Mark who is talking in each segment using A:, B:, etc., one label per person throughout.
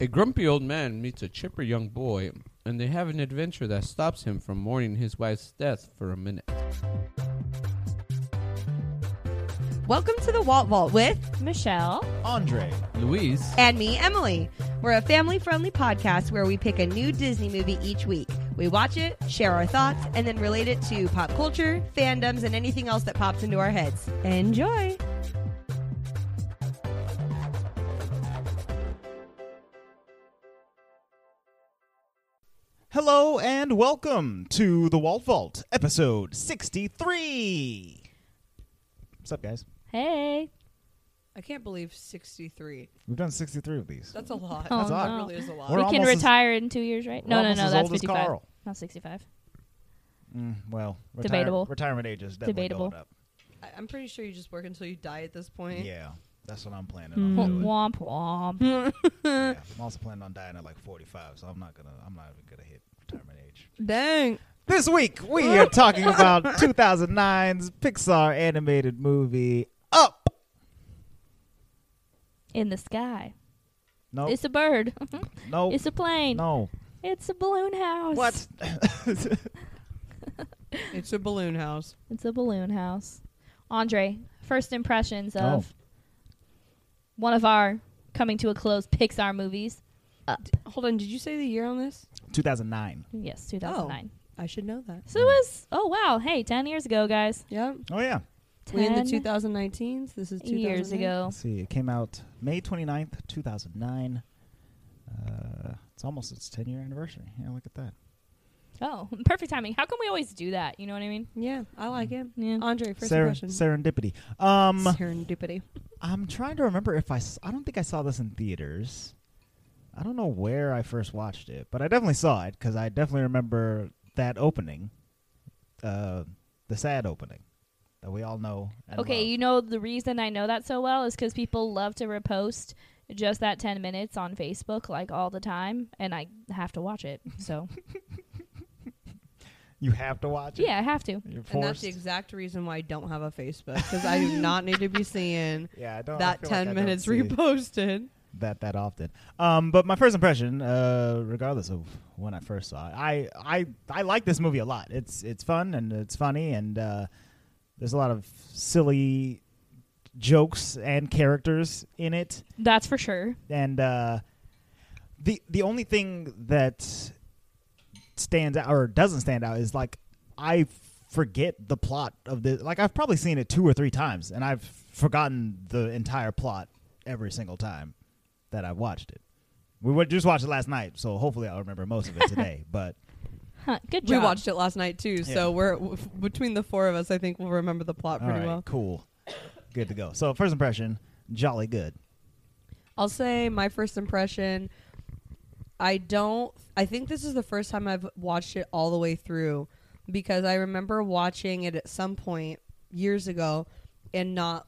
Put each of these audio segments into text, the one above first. A: A grumpy old man meets a chipper young boy, and they have an adventure that stops him from mourning his wife's death for a minute.
B: Welcome to the Walt Vault with
C: Michelle.
D: Andre.
A: Louise,
B: and me, Emily. We're a family friendly podcast where we pick a new Disney movie each week. We watch it, share our thoughts, and then relate it to pop culture, fandoms, and anything else that pops into our heads. Enjoy!
D: Hello and welcome to the Walt Vault, episode 63. What's up, guys?
C: Hey.
E: I can't believe 63.
D: We've done 63 of these.
E: That's a lot.
C: Oh, That's
D: a lot.
E: that
C: no.
E: really is a lot.
D: We're
C: we can
D: almost as-
C: retire in two years, right?
D: We're
C: No, no,
D: almost
C: no.
D: as
C: That's
D: old as
C: 55.
D: Carl.
C: Not 65.
D: Mm, well, retire-
C: Debatable.
D: Retirement age is definitely
C: Debatable.
D: going up.
E: I- I'm pretty sure you just work until you die at this point.
D: Yeah, that's what I'm planning
C: Hmm.
D: on doing.
C: Womp
D: Hmm.
C: womp.
D: Yeah, I'm also planning on dying at like 45, so I'm not gonna. I'm not even gonna hit retirement age.
E: Dang.
D: This week we are talking about 2009's Pixar animated movie Up.
C: In the sky.
D: No,
C: It's a bird.
D: no,
C: It's a plane.
D: no.
C: It's a balloon house.
D: What?
E: It's a balloon house.
C: It's a balloon house. Andre, first
D: Oh.
C: impressions of one of our coming to a close Pixar movies.
E: Hold on. Did you say the year on this?
D: 2009.
C: Yes, 2009.
D: Oh.
E: I should know that.
C: So it was, oh wow, hey, 10 years ago, guys.
E: Yeah.
D: Oh yeah.
C: 10
E: We in the 2019s. This is 2000
C: years ago.
D: Let's see. It came out May 29th, 2009. Uh, it's almost its 10 year anniversary. Yeah, look at that.
C: Oh, perfect timing. How can we always do that? You know what I mean?
E: Yeah, I like it.
C: Yeah.
E: Andre, first
D: Seren-
E: impression.
D: serendipity. Um,
E: Serendipity.
D: I'm trying to remember if I. S- I don't think I saw this in theaters. I don't know where I first watched it, but I definitely saw it because I definitely remember that opening, uh, the sad opening that we all know. And
C: Okay,
D: love.
C: you know the reason I know that so well is because people love to repost just that ten minutes on Facebook like all the time, and I have to watch it. So
D: You have to watch it.
C: yeah, I have to.
D: You're
E: And that's
D: forced.
E: the exact reason why I don't have a Facebook because I do not need to be seeing
D: yeah, Oh, I don't. I
E: that
D: feel like
E: 10
D: I don't
E: minutes
D: see-
E: reposted.
D: that that often. Um, but my first impression, uh, regardless of when I first saw it, I I I like this movie a lot. It's it's fun and it's funny and uh, there's a lot of silly jokes and characters in it.
C: That's for sure.
D: And uh, the the only thing that stands out or doesn't stand out is like I forget the plot of this. Like I've probably seen it two or three times, and I've forgotten the entire plot every single time that I've watched it. We wa- just watched it last night, so hopefully I'll remember most of it today. but
C: Huh, good
E: We
C: job.
E: watched it last night too,
D: Yeah.
E: so we're w- between the four of us. I think we'll remember the plot
D: all
E: pretty
D: right,
E: well.
D: cool, good to go. So first impression, jolly good.
E: I'll say my first impression. I don't. I think this is the first time I've watched it all the way through because I remember watching it at some point years ago and not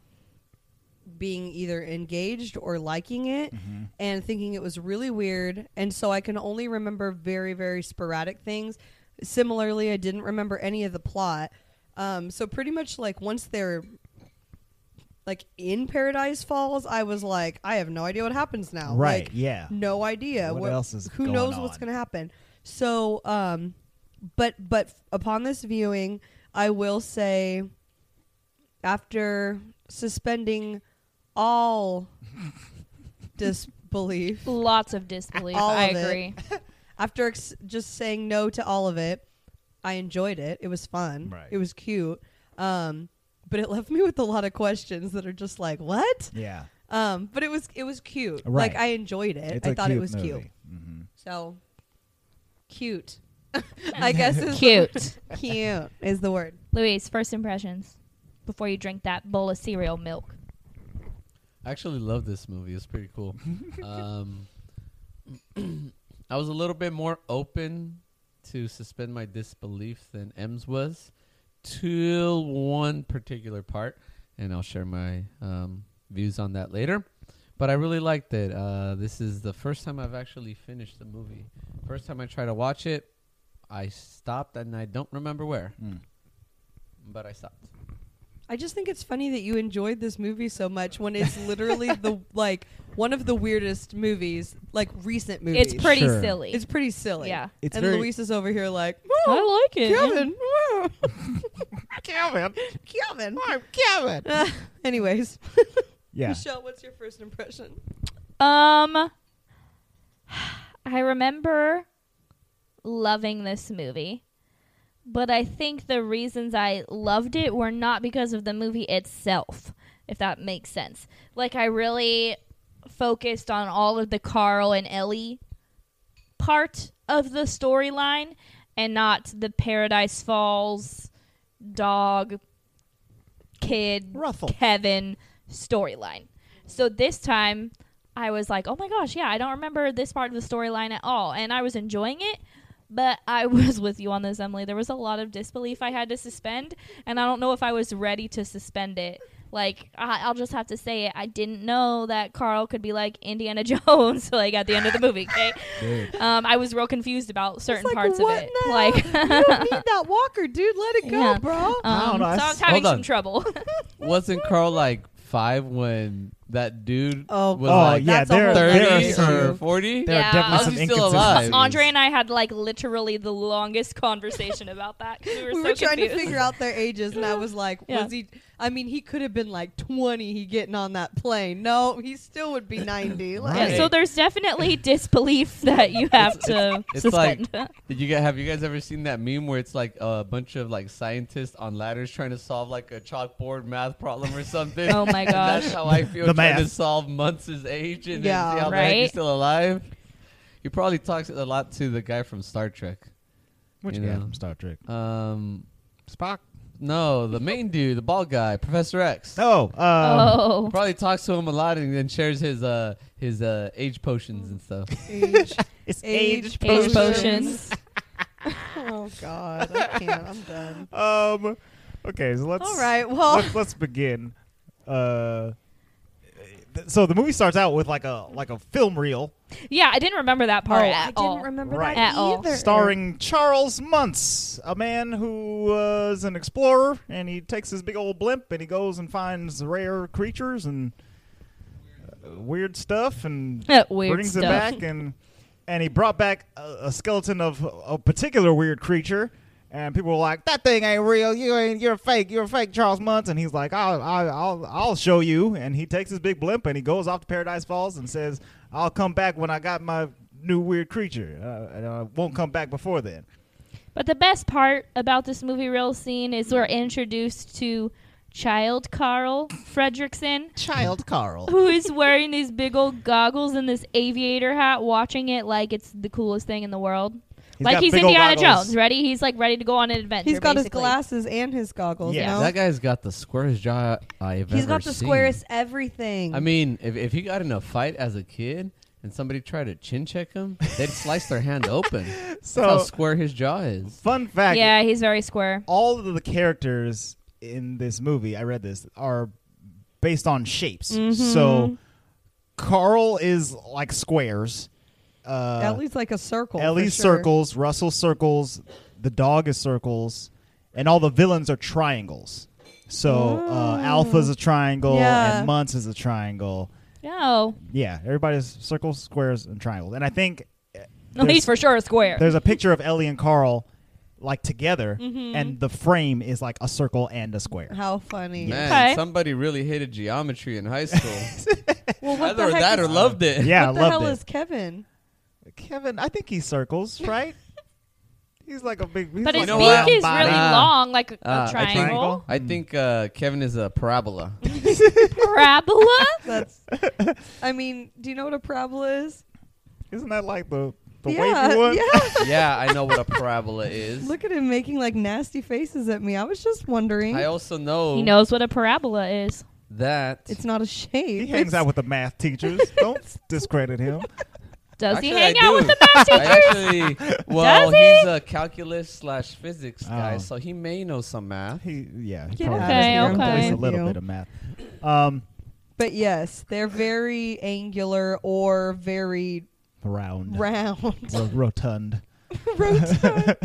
E: being either engaged or liking it
D: Mm-hmm.
E: and thinking it was really weird. And so I can only remember very, very sporadic things. Similarly, I didn't remember any of the plot. Um, so pretty much like once they're like in Paradise Falls, I was like, I have no idea what happens now.
D: Right?
E: Like,
D: yeah.
E: no idea
D: What else is
E: who
D: going
E: knows what's
D: on?
E: going to happen so um but but upon this viewing i will say after suspending all disbelief
C: lots of disbelief.
E: All
C: I
E: of it.
C: agree.
E: after ex- just saying no to all of it i enjoyed it it was fun
D: Right.
E: it was cute um but it left me with a lot of questions that are just like what
D: Yeah,
E: um but it was it was cute
D: Right.
E: like i enjoyed it
D: It's
E: i
D: a
E: thought
D: cute
E: it was cute
D: movie. Mhm.
E: So cute. I guess is
C: Cute.
E: cute is the word.
C: Louise, first impressions before you drink that bowl of cereal milk.
A: I actually love this movie. It's pretty cool. um, I was a little bit more open to suspend my disbelief than Ems was, till one particular part, and I'll share my um, views on that later. But I really liked it. Uh, this is the first time I've actually finished the movie. First time I tried to watch it, I stopped, and I don't remember where,
D: Mm.
A: but I stopped.
E: I just think it's funny that you enjoyed this movie so much when it's literally the like one of the weirdest movies, like recent movies.
C: It's pretty
D: Sure.
C: silly.
E: It's pretty silly.
C: Yeah.
D: It's
E: and
D: very-
E: Luis is over here like,
C: I like it.
E: Kevin.
D: Calvin.
E: Kevin.
D: Oh, I'm Calvin.
E: Uh, anyways,
D: Yeah.
E: Michelle, what's your first impression?
C: Um, I remember loving this movie, but I think the reasons I loved it were not because of the movie itself, if that makes sense. Like, I really focused on all of the Carl and Ellie part of the storyline and not the Paradise Falls dog kid
D: Ruffle.
C: Kevin storyline. So this time I was like, "Oh my gosh, yeah, I don't remember this part of the storyline at all." And I was enjoying it, but I was with you on this, Emily. There was a lot of disbelief I had to suspend, and I don't know if I was ready to suspend it. Like, I, I'll just have to say it. I didn't know that Carl could be like Indiana Jones, like at the end of the movie. Okay,
A: Dude.
C: um, I was real confused about certain
E: like,
C: parts
E: what
C: of it.
E: now?
C: Like,
E: you don't need that walker, dude. Let it go,
C: Yeah.
E: bro.
D: I don't know.
C: um, so I was
D: That's-
C: having
A: Hold
C: some
A: on.
C: trouble.
A: Wasn't Carl like five when that dude
E: Oh,
A: was
D: oh
A: like
D: yeah,
E: that's a
D: there,
E: whole
D: there
E: nother
D: are
A: 30
D: some-
A: or 40?
D: there
C: Yeah.
D: are definitely
C: How's
D: some
A: he still alive?
D: inconsistencies.
C: Andre and I had like literally the longest conversation about that. 'cause We were,
E: we
C: so
E: were trying
C: confused.
E: to figure out their ages, and I was like,
C: Yeah.
E: was he? I mean, he could have been like 20. He getting on that plane. No, he still would be 90. Like,
C: Yeah,
A: Right.
C: so there's definitely disbelief that you have to
A: it's
C: suspend.
A: Did you guys have you guys ever seen that meme where it's like a bunch of like scientists on ladders trying to solve like a chalkboard math problem or something?
C: Oh my
A: And that's
C: gosh.
A: how I feel
D: The
A: trying to
D: math.
A: solve Muntz's age and
E: Yeah.
A: then see how the heck he's
C: Right?
A: still alive. He probably talks a lot to the guy from Star Trek.
D: Which
A: You
D: guy
A: know.
D: from Star Trek?
A: Um,
D: Spock.
A: no, the main dude, the bald guy, Professor X.
D: Oh, uh,
C: oh,
A: Probably talks to him a lot and then shares his uh his uh age potions and stuff.
E: age,
D: it's
E: age,
C: age
E: potions.
C: potions.
E: oh God, I can't. I'm done.
D: Um, okay, so let's
E: All right. Well,
D: let's, let's begin. Uh, th- so the movie starts out with like a like a film reel
C: Yeah, I didn't remember that part
E: oh,
C: at
E: I
C: all.
E: didn't remember
D: Right.
E: that
C: At all.
E: either.
D: starring Charles Muntz, a man who was an explorer, and he takes his big old blimp and he goes and finds rare creatures and uh, weird stuff and
C: Weird
D: brings
C: stuff.
D: it back and and he brought back a, a skeleton of a particular weird creature and people were like that thing ain't real you ain't you're fake you're fake charles muntz and he's like I'll, I'll i'll i'll show you and he takes his big blimp and he goes off to paradise falls and says i'll come back when i got my new weird creature uh, and i won't come back before then
C: But the best part about this movie reel scene is we're introduced to child Carl Fredrickson,
D: child carl
C: who is wearing these big old goggles and this aviator hat, watching it like it's the coolest thing in the world. like he's Indiana Jones, ready? He's like ready to go on an adventure.
E: He's got
C: basically.
E: his glasses and his goggles.
D: Yeah.
E: no?
A: That guy's got the squarest jaw I've
E: He's
A: ever
E: got the
A: seen.
E: squarest everything.
A: I mean, if, if he got in a fight as a kid and somebody tried to chin check him, they'd slice their hand open. That's how
D: so
A: square his jaw is.
D: fun fact
C: Yeah, he's very square.
D: all of the characters in this movie, I read this, are based on shapes.
C: Mm-hmm.
D: So Carl is like squares. Uh,
E: at least like a
C: Oh,
E: circle. for
D: Ellie's
E: sure.
D: circles. Russell circles. The dog is circles, and all the villains are triangles. So uh,
C: Oh.
D: Alpha's a triangle,
E: Yeah.
D: and Muntz is a triangle.
C: No,
D: Yeah, everybody's circles, squares, and triangles. And I think uh,
C: no,
D: there's-
C: he's for sure square.
D: there's a picture of Ellie and Carl like together,
C: Mm-hmm.
D: and the frame is like a circle and a square.
E: How funny.
A: Man,
C: Okay.
A: somebody really hated geometry in high school.
E: Well, what
A: Either
E: the heck
A: that
E: is-
A: or loved it.
D: Yeah,
E: what
D: I
E: the
D: loved
E: hell
D: it.
E: is Kevin?
D: Kevin, I think he circles, right? he's like a big. He's
C: But
D: like
C: his
A: You know
C: beak
A: what?
C: is really
A: Ah.
C: long, like a,
A: Ah, I
C: a
A: think-
C: triangle.
A: I think uh, Kevin is a parabola.
C: Parabola?
E: That's. I mean, do you know what a parabola is?
D: Isn't that like the the
E: yeah,
D: wavy one?
E: yeah.
A: yeah, I know what a parabola is.
E: Look at him making like nasty faces at me. I was just wondering.
A: I also know
C: He knows what a parabola is.
A: that
E: it's not a shape.
D: He hangs
E: It's-
D: out with the math teachers. Don't discredit him.
C: Does
A: actually,
C: he hang
A: I
C: out
A: do.
C: with the math
A: I
C: teacher?
A: actually, well,
C: Does he?
A: he's a calculus slash physics guy,
D: Oh.
A: so he may know some math.
D: He yeah. He
E: Get
D: probably
E: out
D: does know
C: of here. Okay,
D: At least a
E: okay.
D: little
E: You.
D: bit of math. Um,
E: But yes, they're very angular or very
D: round,
E: round.
D: Ro- rotund.
E: Rotund.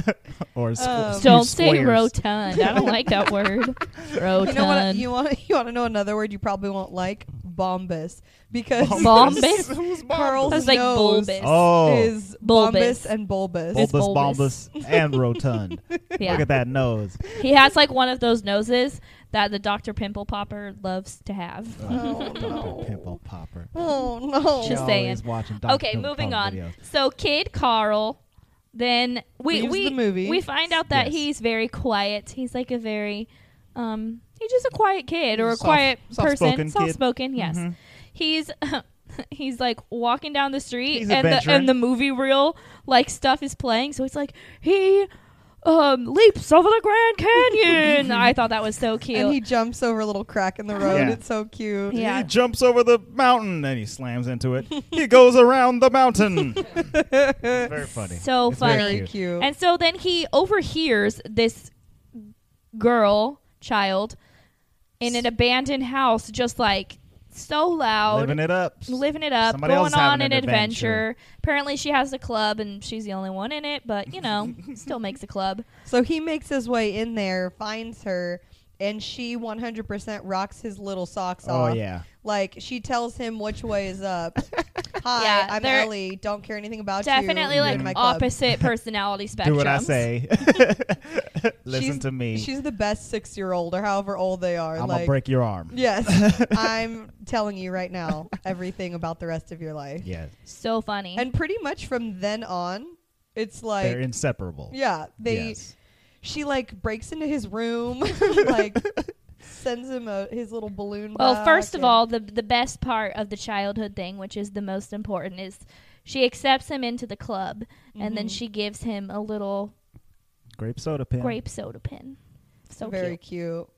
D: or squ-
E: Um,
D: few
C: Don't say
D: squares.
C: rotund. I don't like that word. Rotund.
E: You know what? You want you want to know another word you probably won't like? Bombus, because
C: Bombus?
D: Who's
E: Carl's
C: That's like
E: nose
C: bulbous.
D: Oh.
E: is
C: Bulbous.
E: bulbous and bulbous.
C: It's
D: bulbous,
C: bulbous.
D: bulbous, and rotund.
C: yeah.
D: Look at that nose.
C: He has like one of those noses that the Dr. Pimple Popper loves to have.
D: Uh,
E: Oh,
D: Dr.
E: no.
D: Pimple Popper.
E: Oh no!
D: She
C: Just
D: always
C: saying.
D: Watching Dr.
C: okay,
D: Pimple
C: moving on.
D: Popper videos.
C: So Kid Carl, then we
E: Leaves
C: we
E: the movie.
C: we find out that
D: Yes.
C: he's very quiet. He's like a very um he's just a quiet kid or a
D: Soft-
C: quiet person,
D: soft-spoken kid.
C: soft spoken. Yes,
D: Mhm.
C: he's. He's like walking down the street,
D: He's
C: and the,
D: adventuring.
C: and the movie reel like stuff is playing. So it's like he um, leaps over the Grand Canyon. I thought that was so cute.
E: And he jumps over a little crack in the road.
D: Yeah.
E: It's so cute.
C: Yeah.
D: He jumps over the mountain and he slams into it. he goes around the mountain. it's very funny.
C: So
D: It's very
C: funny.
E: Very cute.
C: And so then he overhears this girl, child, in an abandoned house, just like so loud,
D: Living it up.
C: living it up,
D: Somebody else
C: going
D: is having
C: on an
D: an adventure.
C: adventure. Apparently, she has a club and she's the only one in it, but you know, still makes a club.
E: so he makes his way in there, finds her, and she 100% rocks his little socks
D: oh
E: off.
D: yeah.
E: Like she tells him which way is up. Hi,
C: Yeah,
E: I'm
C: they're
E: Ellie. Don't care anything about
C: Definitely
E: you. You're in my
C: like
E: club.
C: opposite personality spectrum.
D: Do what I say. Listen
E: She's-
D: to me.
E: She's the best six year old or however old they are.
D: I'm
E: like
D: gonna break your arm.
E: Yes. I'm telling you right now everything about the rest of your life.
D: Yeah.
C: So funny.
E: And pretty much from then on, it's like
D: They're inseparable.
E: Yeah. They
D: Yes.
E: she like breaks into his room, like sends him a, his little balloon.
C: Well,
E: back
C: first of
E: and-
C: all, the the best part of the childhood thing, which is the most important, is she accepts him into the club, and then
E: Mhm.
C: she gives him a little
D: Grape soda pin.
C: grape soda pin. So
E: very
C: cute,
E: cute.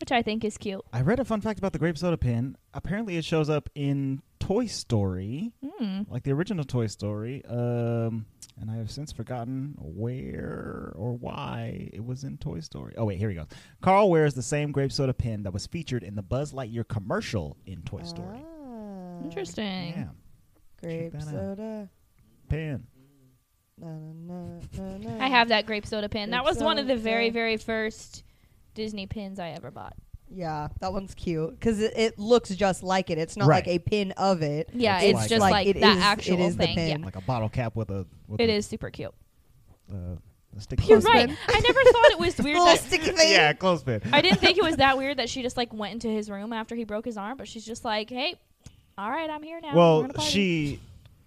C: which I think is cute.
D: I read a fun fact about the grape soda pin. Apparently, it shows up in Toy Story,
C: Mm.
D: like the original Toy Story. Um, and I have since forgotten where or why it was in Toy Story. Oh wait, here he goes. Carl wears the same grape soda pin that was featured in the Buzz Lightyear commercial in Toy
E: Oh.
D: Story.
E: Ah,
C: Interesting.
D: Yeah,
E: Grape
D: that out.
E: soda.
D: pin.
E: Na, na, na, na, na.
C: I have that grape soda pin. That
E: Grape
C: was one of the
E: soda.
C: very very first Disney pins I ever bought.
E: Yeah, that one's cute because it, it looks just like it. It's not like
D: Right.
E: a pin of it.
C: Yeah,
D: It's
C: it's,
D: like
C: just
D: a-
C: like
E: it
C: that
E: is- it
C: actual
E: is the
C: thing.
E: pin.
C: Yeah.
D: like a bottle cap with a. With
C: It
D: a,
C: is super cute.
D: Uh, a stick.
C: You're
D: closed
C: right.
D: pin.
C: I never thought it was weird
E: Little
C: that
E: Oh, sticky thing.
D: yeah, clothespin.
C: I didn't think it was that weird that she just like went into his room after he broke his arm, but she's just like, "Hey, all right, I'm here now." We're
D: Well,
C: on a party."
D: she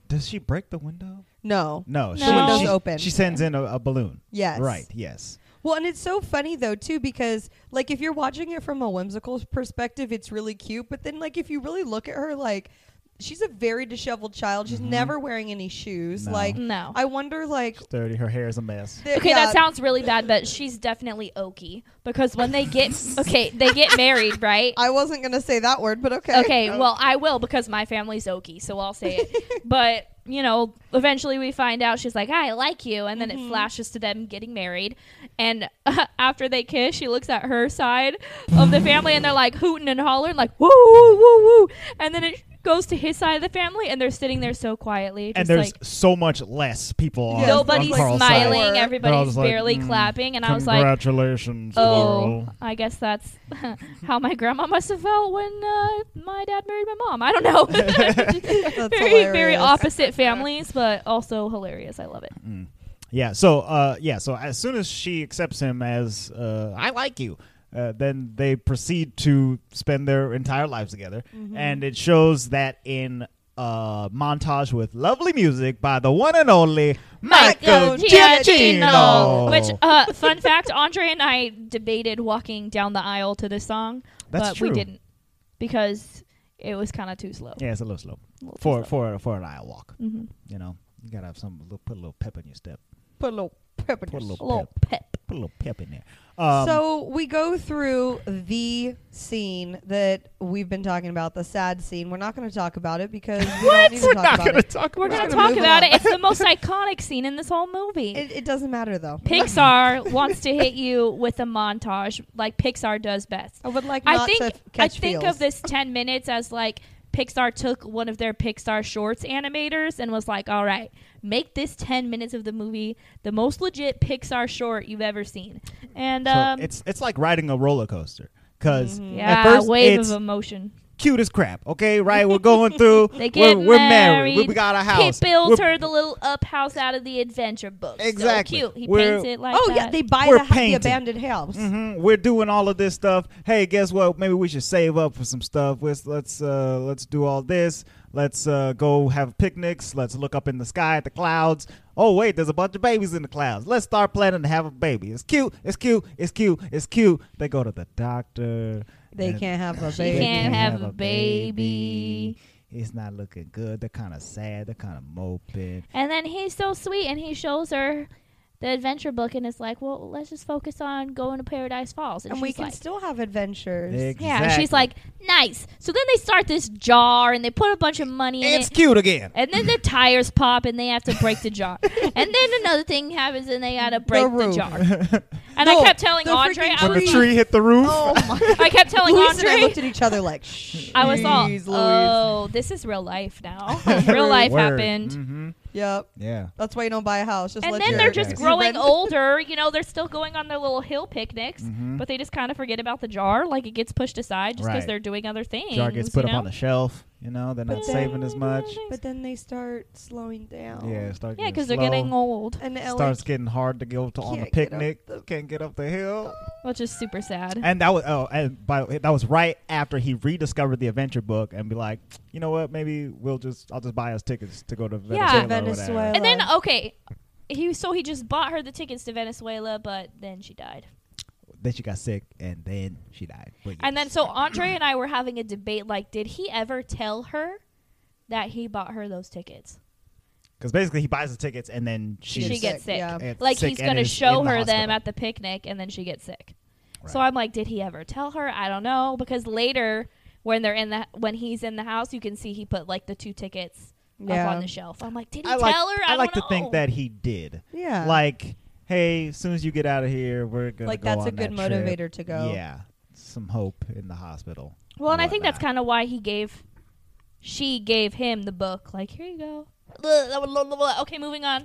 D: does she break the window?
E: No.
D: No, she,
C: The window's
D: she,
E: open.
D: She sends in a, a balloon.
E: Yes.
D: Right. Yes.
E: Well, and it's so funny though too because like if you're watching it from a whimsical perspective, it's really cute. But then like if you really look at her, like she's a very disheveled child. She's never wearing any shoes.
D: Mm-hmm. No.
E: Like
C: no.
E: I uh, wonder, like
D: Dirty. Her hair is a mess.
E: th-
C: Mm-hmm. Okay,
E: yeah,
C: that sounds really bad, but she's definitely oaky because when they get okay, they get married, right?
E: I wasn't gonna say that word, but okay.
C: Okay, well, I will because my family's oaky, so I'll say it. but you know, eventually we find out she's like, "I like you," and then it flashes to them getting married, and uh, after they kiss, she looks at her side of the family, and they're like hooting and hollering, like "woo woo woo woo," and then it goes to his side of the family, and they're sitting there so quietly, just
D: And there's
C: like.
D: so much less people on.
E: Yeah,
C: Nobody's
D: on Carl's Side.
C: smiling.
E: They're all
C: Everybody's
D: just like,
C: barely
D: "Mm,
C: clapping, and I was like,
D: Congratulations,
C: Oh,
D: Carl.
C: I guess that's how my grandma must have felt when uh, my dad married my mom. I don't know.
E: That's
C: very, very
E: hilarious.
C: opposite families, but also hilarious. I love it.
D: Yeah. So, uh, yeah. So as soon as she accepts him as uh, I like you, uh, then they proceed to spend their entire lives together,
C: Mm-hmm.
D: and it shows that in a montage with lovely music by the one and only Michael Giacchino.
C: Which, uh, fun fact, Andre and I debated walking down the aisle to this song,
D: That's
C: but we
D: true.
C: didn't because it was kind of too slow.
D: Yeah, it's a little slow
C: A little too
D: for
C: slow.
D: for for an aisle walk.
C: Mhm.
D: You know, you gotta have some little, put a little pep in your step.
E: put a little pep
D: Put
E: in
D: a
E: your
D: little
C: a little
D: pep.
C: pep.
D: Put a little pep in there. Um,
E: so we go through the scene that we've been talking about, the sad scene. We're not going to talk about it because we don't need to
D: we're
E: talk
D: not
E: about
D: gonna
E: it.
D: talk.
C: We're
D: about
C: going
E: gonna
C: to talk
E: move
C: about
E: on.
C: it. It's the most iconic scene in this whole movie.
E: it. It doesn't matter though.
C: Pixar wants to hit you with a montage like Pixar does best.
E: I would like. Not
C: I think
E: to f-
C: I
E: catch
C: think
E: feels.
C: of this 10 minutes as like Pixar took one of their Pixar Shorts animators and was like, all right, make this 10 minutes of the movie the most legit Pixar short you've ever seen. And
D: So
C: um,
D: it's it's like riding a roller coaster because
C: Mm-hmm. yeah,
D: at first
C: wave
D: it's
C: of emotion.
D: cute as crap. Okay, right? We're going through.
C: They get
D: we're, we're married.
C: married.
D: We, we got a house.
C: He built
D: We're-
C: her the little up house out of the adventure book.
D: Exactly.
C: So cute. He
D: We're-
C: paints it like
E: Oh
C: that.
E: yeah, they buy
D: We're
E: the, the
D: painting.
E: abandoned house.
D: Mhm, We're doing all of this stuff. Hey, guess what? Maybe we should save up for some stuff. Let's let's uh, let's do all this. Let's uh, go have picnics. Let's look up in the sky at the clouds. Oh wait, there's a bunch of babies in the clouds. Let's start planning to have a baby. It's cute. It's cute. It's cute. It's cute. They go to the doctor.
E: They
D: and
E: can't have a
C: She
E: baby.
D: they
C: can't have a baby.
D: It's not looking good. They're kind of sad. They're kind of moping.
C: And then he's so sweet and he shows her the adventure book and is like, well, let's just focus on going to Paradise Falls. And,
E: and we
C: she's
E: can
C: like,
E: still have adventures.
D: Exactly.
C: Yeah, and she's like, nice. So then they start this jar and they put a bunch of money in
D: it's
C: it.
D: cute again.
C: And then the tires pop and they have to break the jar. and then another thing happens and they gotta break the,
E: roof.
C: jar.
D: when
C: And
E: No,
C: I kept telling
E: the
C: Andre,
E: freaking
C: I
D: the
C: was,
D: tree hit the roof.
E: Oh my!
C: I kept telling
E: Luis and I
C: Andre,
E: looked at each other like, "Shh."
C: I was all,
E: Jeez, Luis.
C: oh, this is real life now. real life
D: Word.
C: happened.
E: Mm-hmm.
D: Mhm.
E: Yep.
D: Yeah.
E: That's why you don't buy a house. Just
C: and
E: let
C: then
E: your-
C: they're just
D: Yes.
C: growing
E: Rent-
C: older. You know, they're still going on their little hill picnics,
D: Mhm.
C: but they just kind of forget about the jar. Like it gets pushed aside just because
D: Right.
C: they're doing other things.
D: jar gets put
C: you
D: up
C: know?
D: on the shelf. You know, they're not
E: But then-
D: saving as much.
E: But then they start slowing down.
D: Yeah, start
C: Yeah,
D: because
C: because they're getting old,
E: And the
D: Starts getting hard to go to on the
E: Can't get up
D: picnic.
E: the-
D: Can't get up the hill.
C: which is super sad.
D: And that was oh, and by the way, that was right after he rediscovered the adventure book and be like, you know what? Maybe we'll just I'll just buy us tickets to go to Venezuela.
C: Yeah.
D: or
E: Venezuela.
D: whatever.
C: And then okay, he so he just bought her the tickets to Venezuela, but then she died.
D: Then she got sick and then she died. But
C: And then
D: yes.
C: so Andre and I were having a debate. Like, did he ever tell her that he bought her those tickets?
D: Because basically he buys the tickets and then she's
C: she gets sick.
E: Yeah.
D: and
C: Like
D: sick
C: he's
D: and
C: gonna
D: is
C: show
D: in the
C: her them
D: hospital.
C: at the picnic, and then she gets sick. So
D: Right.
C: I'm like, did he ever tell her? I don't know because later when they're in the when he's in the house, you can see he put like the two tickets up
E: Yeah.
C: on the shelf. I'm like, did he
D: I
C: tell
D: like,
C: her?
D: I,
C: I,
D: like
C: don't
D: to think
C: know.
D: that he did.
E: Yeah.
D: Like, hey, as soon as you get out of here, we're gonna
E: Uh. Like,
D: go
E: that's a
D: on
E: good
D: that trip.
E: motivator to go.
D: Yeah, some hope in the hospital.
C: Well, and I think that's
D: whatnot.
C: kind of why he gave she gave him the book. Like, here you go. Okay, moving on.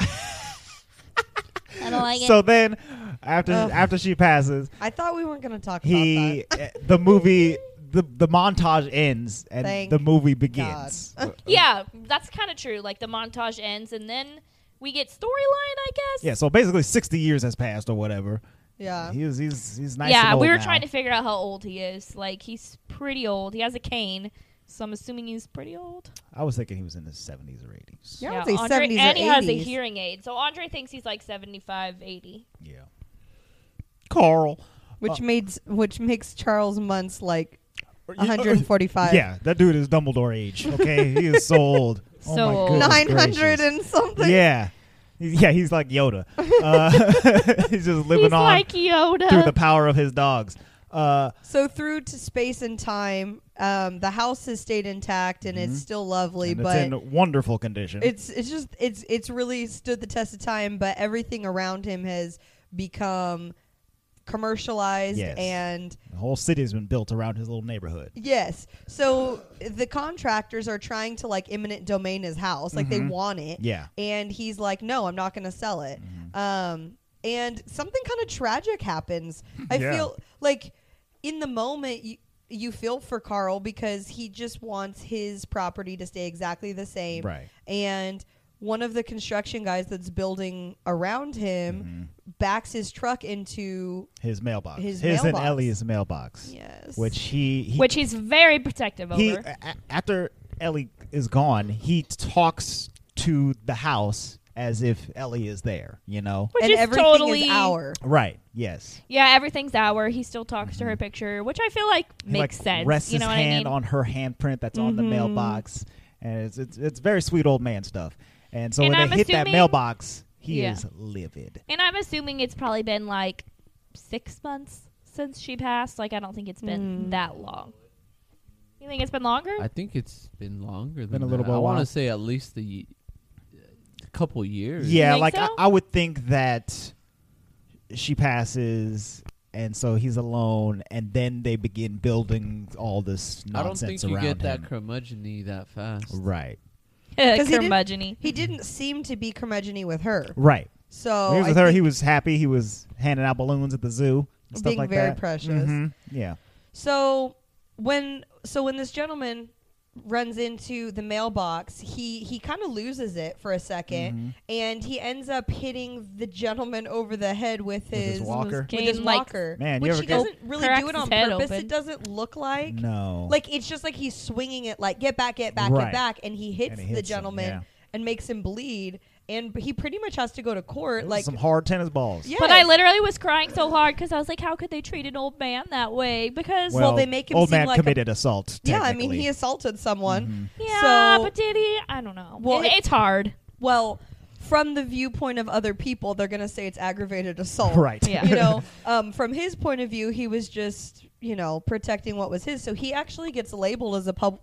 C: I don't like
D: so
C: it.
D: then, after
E: Ugh.
D: after she passes,
E: I thought we weren't going to talk
D: he
E: about
D: eh, the movie the the montage ends and
E: Thank
D: the movie begins.
C: Yeah, that's kind of true. Like the montage ends, and then we get storyline. I guess.
D: yeah, so basically sixty years has passed or whatever.
E: that. Yeah.
D: He was, he's he's nice.
C: yeah,
D: and
C: we
D: old
C: were
D: now.
C: trying to figure out how old he is. Like he's pretty old. He has a cane, so I'm assuming he's pretty old.
D: I was thinking he was in his seventies or eighties.
E: Yeah, I would say
C: Andre,
E: 70s or
C: and he has a
E: 80s.
C: hearing aid. So Andre thinks he's like 75, 80.
D: Yeah. Carl.
E: Which
D: Uh,
E: makes which makes Charles Munts like
D: Or- you-
E: 145.
D: Yeah, that dude is Dumbledore age. Okay, he is so old. oh
C: So
D: my
C: old.
D: goodness
E: 900
D: gracious.
E: and something.
D: Yeah. He's- Yeah, he's like Yoda. Uh, he's just living
C: he's
D: on
C: like Yoda.
D: through the power of his dogs. Uh,
E: So through to space and time, um, the house has stayed intact and
D: Mhm.
E: it's still lovely,
D: and it's
E: but
D: in wonderful condition.
E: it's it's just it's it's really stood the test of time but everything around him has become commercialized
D: Yes.
E: and
D: the whole city has been built around his little neighborhood.
E: yes so the contractors are trying to like eminent domain his house like they
D: Mhm.
E: want it
D: Yeah.
E: and he's like no i'm not gonna sell it
D: Mhm.
E: um and something kind of tragic happens i
D: Yeah.
E: feel like in the moment you you feel for Carl because he just wants his property to stay exactly the same
D: Right.
E: and one of the construction guys that's building around him
D: Mm-hmm.
E: backs his truck into
D: His mailbox.
E: His
D: and
E: mailbox.
D: Ellie's mailbox.
E: yes
D: Which he, he
C: which he's very protective
D: he uh,
C: over.
D: a- a- after Ellie is gone, he talks to the house as if Ellie is there, you know?
C: which
E: and
C: is
E: everything
C: totally.
E: is our
D: Right. Yes.
C: Yeah, everything's our. He still talks to her picture, which I feel like
D: He,
C: makes
D: Mm-hmm. like,
C: sense.
D: Rests
C: you know
D: his
C: what
D: hand
C: I mean? Mm-hmm.
D: on her handprint that's on the
E: Mhm.
D: mailbox, and it's, it's it's very sweet old man stuff. And so
C: And
D: when
C: I'm
D: they hit that
C: assuming-
D: mailbox, he
C: Yeah.
D: is livid.
C: and I'm assuming it's probably been like six months since she passed. Like I don't think it's been
E: Mm.
C: that long. You think it's been longer?
A: I think it's been longer than
D: Been a little
A: that.
D: bit
A: I want
D: while.
A: to say at least a ye- a couple years.
D: Yeah,
C: think
D: like
C: so?
D: I, I would think that she passes, and so he's alone. And then they begin building all this
A: I don't think
D: nonsense
A: you
D: around
A: get that
D: him.
A: curmudgeon that fast.
D: right,
E: he did-
C: curmudgeon
D: Mm-hmm.
E: He didn't seem to be curmudgeon with her.
D: right.
E: So
D: he was
E: Oh, I
D: with her. He
E: think
D: was happy. He was handing out balloons at the zoo. And stuff
E: being
D: like
E: very
D: that.
E: precious.
D: Mhm. Yeah.
E: So when so when this gentleman runs into the mailbox, he he kind of loses it for a 2nd
D: Mm-hmm.
E: and he ends up hitting the gentleman over the head with
D: With his
E: his
D: walk- Walker.
E: with his walker.
D: Man, you
E: which
D: ever
E: he
D: get-
E: doesn't really
C: Cracks
E: do it
C: his
E: on
C: head
E: purpose.
C: open.
E: It doesn't look like
D: No.
E: like it's just like he's swinging it like get back, get back,
D: Right.
E: get back, and he hits
D: And he
E: the
D: hits him,
E: gentleman
D: yeah.
E: and makes him bleed, and he pretty much has to go to court.
D: Those are
E: like
D: some hard tennis balls.
E: yeah,
C: But I literally was crying so hard because I was like, how could they treat an old man that way? Because,
E: Well, they make him
D: old
E: seem
D: man
E: like a-
D: committed assault.
E: yeah. I mean, he
D: technically. Mm-hmm.
E: assaulted someone.
C: yeah,
E: so-
C: but did he? I don't know.
E: Well,
C: It-
E: it-
C: it's hard.
E: Well, from the viewpoint of other people, they're gonna say it's aggravated assault,
D: right.
C: Yeah.
E: you know um, from his point of view he was just you know protecting what was his so he actually gets labeled as a pub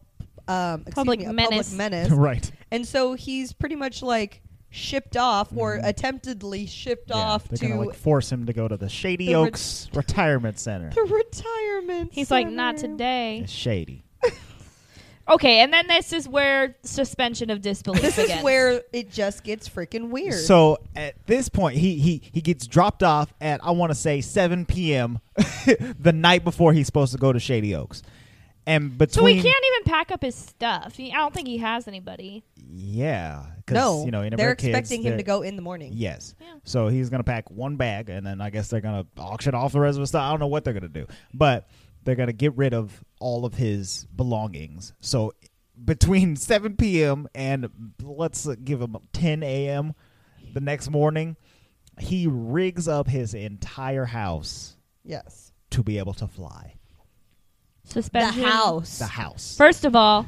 E: um, excuse
C: Public
E: me, a
C: menace.
E: public menace
D: right.
E: and so he's pretty much like shipped off or attemptedly shipped
D: Mm-hmm. Yeah,
E: off
D: they're
E: to
D: gonna like force him to go to the Shady
E: The ret-
D: Oaks Retirement Center.
E: the retirement
C: He's like, not
E: center."
C: today.
D: It's shady.
C: Okay, and then this is where suspension of disbelief
E: this is
C: begins.
E: where it just gets freaking weird
D: So at this point, he he he gets dropped off at I want to say 7 p.m. the night before he's supposed to go to Shady Oaks, and between
C: So he can't even pack up his stuff. He, I don't think he has anybody.
D: yeah, 'cause,
E: no
D: you know,
E: they're
D: kids,
E: expecting him
D: they're-
E: to go in the morning
D: Yes.
C: Yeah.
D: So he's gonna pack one bag, and then I guess they're gonna auction off the rest of his stuff. I don't know what they're gonna do, but they're gonna get rid of all of his belongings. So between 7 p.m. and let's uh, give him 10 a.m. the next morning, he rigs up his entire house
E: yes
D: to be able to fly.
E: the
C: Suspension.
E: house
D: The house.
C: First of all,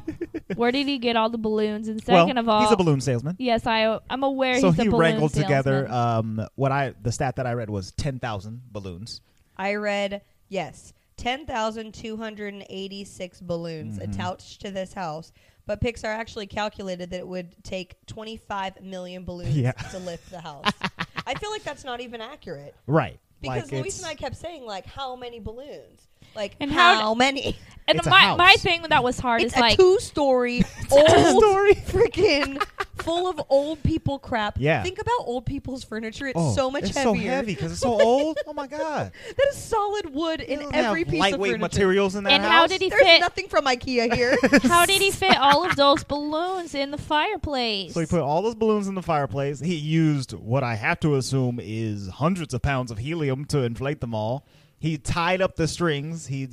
C: where did he get all the balloons? And
D: well,
C: second of all,
D: he's a balloon salesman.
C: Yes, I I'm aware
D: So
C: he's a
D: he
C: balloon
D: wrangled together.
C: salesman.
D: Um, what I the stat that I read was ten thousand balloons.
E: I read, yes, 10,286 balloons
D: Mm-hmm.
E: attached to this house, but Pixar actually calculated that it would take 25 million balloons
D: Yeah.
E: to lift the house. I feel like that's not even accurate
D: Right.
E: because
D: Like,
E: Luis
D: it's-
E: and I kept saying, like, how many balloons? Like,
C: And how
E: how,
C: d-
E: many?
C: and
D: it's a
C: my
D: house.
C: my thing that was hard
E: It's
C: is
E: a
C: like
E: two story, old story, freaking full of old people crap.
D: Yeah.
E: Think about old people's furniture. It's
D: Oh,
E: so much
D: it's so
E: heavier.
D: heavy because it's so old. oh my god!
E: That is solid wood
D: You
E: in
D: don't
E: every
D: have
E: piece of
D: lightweight
E: furniture.
D: materials in that
C: And
D: house.
C: how did he
E: There's
C: fit?
E: nothing from IKEA here.
C: How did he fit all of those balloons in the fireplace?
D: So he put all those balloons in the fireplace. He used what I have to assume is hundreds of pounds of helium to inflate them all. He tied up the strings. He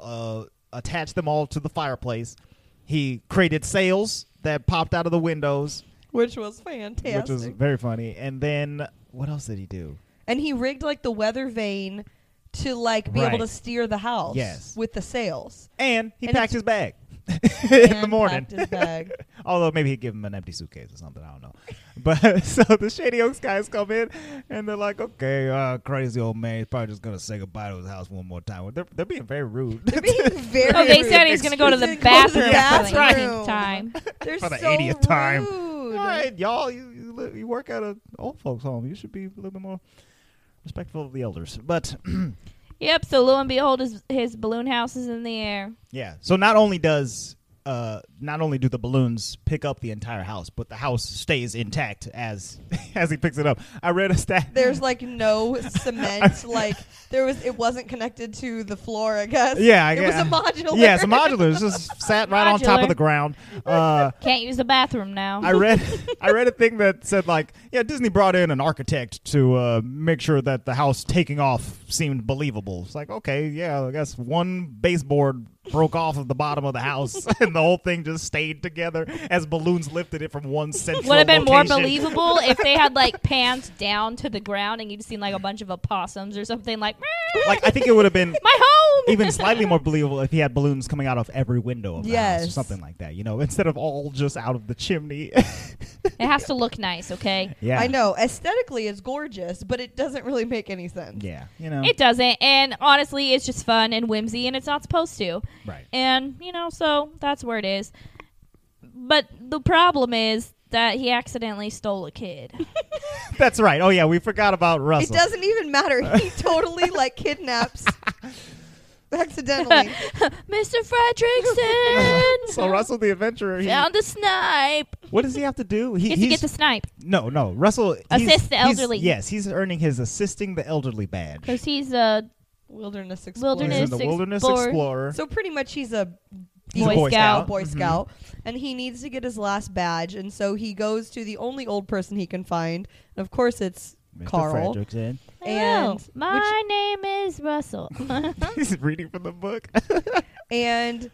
D: uh, attached them all to the fireplace. He created sails that popped out of the windows,
E: which was fantastic.
D: which was very funny. And then what else did he do?
E: and he rigged like the weather vane to like be
D: Right.
E: able to steer the house
D: Yes.
E: with the sails.
D: And he
E: And
D: packed
E: it's-
D: his bag in the
E: And
D: morning.
E: packed his bag.
D: Although maybe he'd give him an empty suitcase or something. I don't know. But so the Shady Oaks guys come in and they're like, okay, uh, crazy old man. He's probably just going to say goodbye to his house one more time. They're, they're being very rude.
E: They're being very.
C: oh, they
E: rude.
C: said he's going to go to the
E: He's gonna go to
C: bathroom
E: the
C: for the
E: bathroom.
C: 18th time.
E: They're
D: for the
E: so
D: 80th time.
E: rude.
D: All right, y'all, you, you, li- you work at an old folks' home. You should be a little bit more respectful of the elders. But
C: Yep. So lo and behold, his his balloon house is in the air.
D: yeah, so not only does. Uh, not only do the balloons pick up the entire house, but the house stays intact as as he picks it up. I read a stat.
E: There's like no cement. like there was, it wasn't connected to the floor. I guess.
D: Yeah, I
E: it
D: guess.
E: was a modular.
D: Yeah, it's a modular. It's just sat right on top
C: Modular.
D: of the ground. Uh,
C: Can't use the bathroom now.
D: I read, I read a thing that said like, yeah, Disney brought in an architect to uh, make sure that the house taking off seemed believable. It's like, okay, yeah, I guess one baseboard broke off of the bottom of the house, and the whole thing just stayed together as balloons lifted it from one central.
C: would have been more
D: location.
C: believable if they had like pans down to the ground and you'd seen like a bunch of opossums or something like, "Meow,
D: Like, I think it would have been
C: my home.
D: even slightly more believable if he had balloons coming out of every window of the house or
E: Yes.
D: something like that. You know, instead of all just out of the chimney.
C: it has to look nice, okay?
D: yeah,
E: I know. Aesthetically, it's gorgeous, but it doesn't really make any sense.
D: Yeah, you know,
C: It doesn't, and honestly, it's just fun and whimsy, and it's not supposed to.
D: right.
C: And, you know, so that's where it is. But the problem is that he accidentally stole a kid.
D: That's right. Oh yeah, we forgot about
E: It
D: Russell.
E: doesn't even matter. He totally like kidnaps accidentally.
C: Mr. Fredrickson
D: So Russell the adventurer. He,
C: found the snipe.
D: what does he have to do?
C: He
D: He,
C: has to get the snipe
D: no, no. Russell he's-
C: Assist the
D: he's-
C: elderly.
D: yes, he's earning his assisting the elderly badge.
C: because he's uh, a
E: Wilderness explorer.
D: He's
C: Wilderness
D: in the wilderness
C: explorer.
D: explorer.
E: So pretty much he's a
D: He's a
C: Boy Scout. Mm-hmm.
E: Boy
D: Mhm.
E: Scout, and he needs to get his last badge, and so he goes to the only old person he can find, and of course it's
D: Mr.
E: Carl.
D: Fredrickson.
C: Hello,
E: And
C: my name is Russell.
D: He's reading from the book.
E: And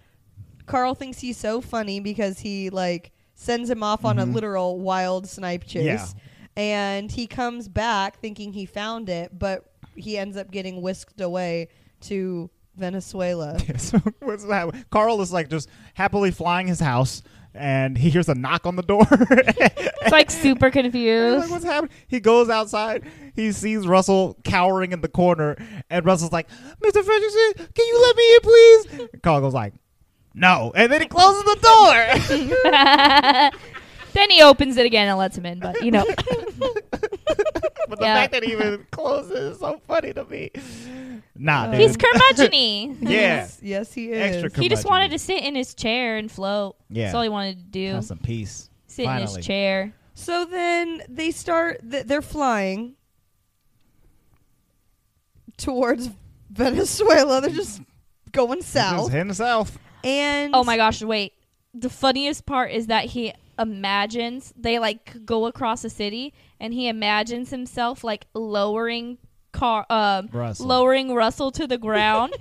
E: Carl thinks he's so funny because he like sends him off on a
D: Mhm.
E: literal wild snipe chase,
D: Yeah.
E: and he comes back thinking he found it, but he ends up getting whisked away to Venezuela.
D: So what's happening? Carl is like just happily flying his house, and he hears a knock on the door.
C: it's like super
D: He's
C: confused.
D: like, what's happening? He goes outside. He sees Russell cowering in the corner, and Russell's like, "Mr. Fredrickson, can you let me in, please?" And Carl goes like, "No," and then he closes the door.
C: then he opens it again and lets him in, but you know.
D: but the
C: Yeah.
D: fact that he even closes is so funny to me. Nah,
E: Oh.
D: dude.
C: He's curmudgeon
D: yeah,
E: yes, he is.
D: extra.
C: He just
D: curmudgeon-y.
C: wanted to sit in his chair and float.
D: Yeah.
C: That's all he wanted to do.
D: Have some peace.
C: Sit in
D: Finally.
C: his chair.
E: So then they start. Th- they're flying towards Venezuela. They're just going
D: Just
E: south.
D: heading south.
E: And
C: Oh my gosh, wait. The funniest part is that he imagines they like go across a city and he imagines himself like lowering car um
D: Russell.
C: lowering Russell to the ground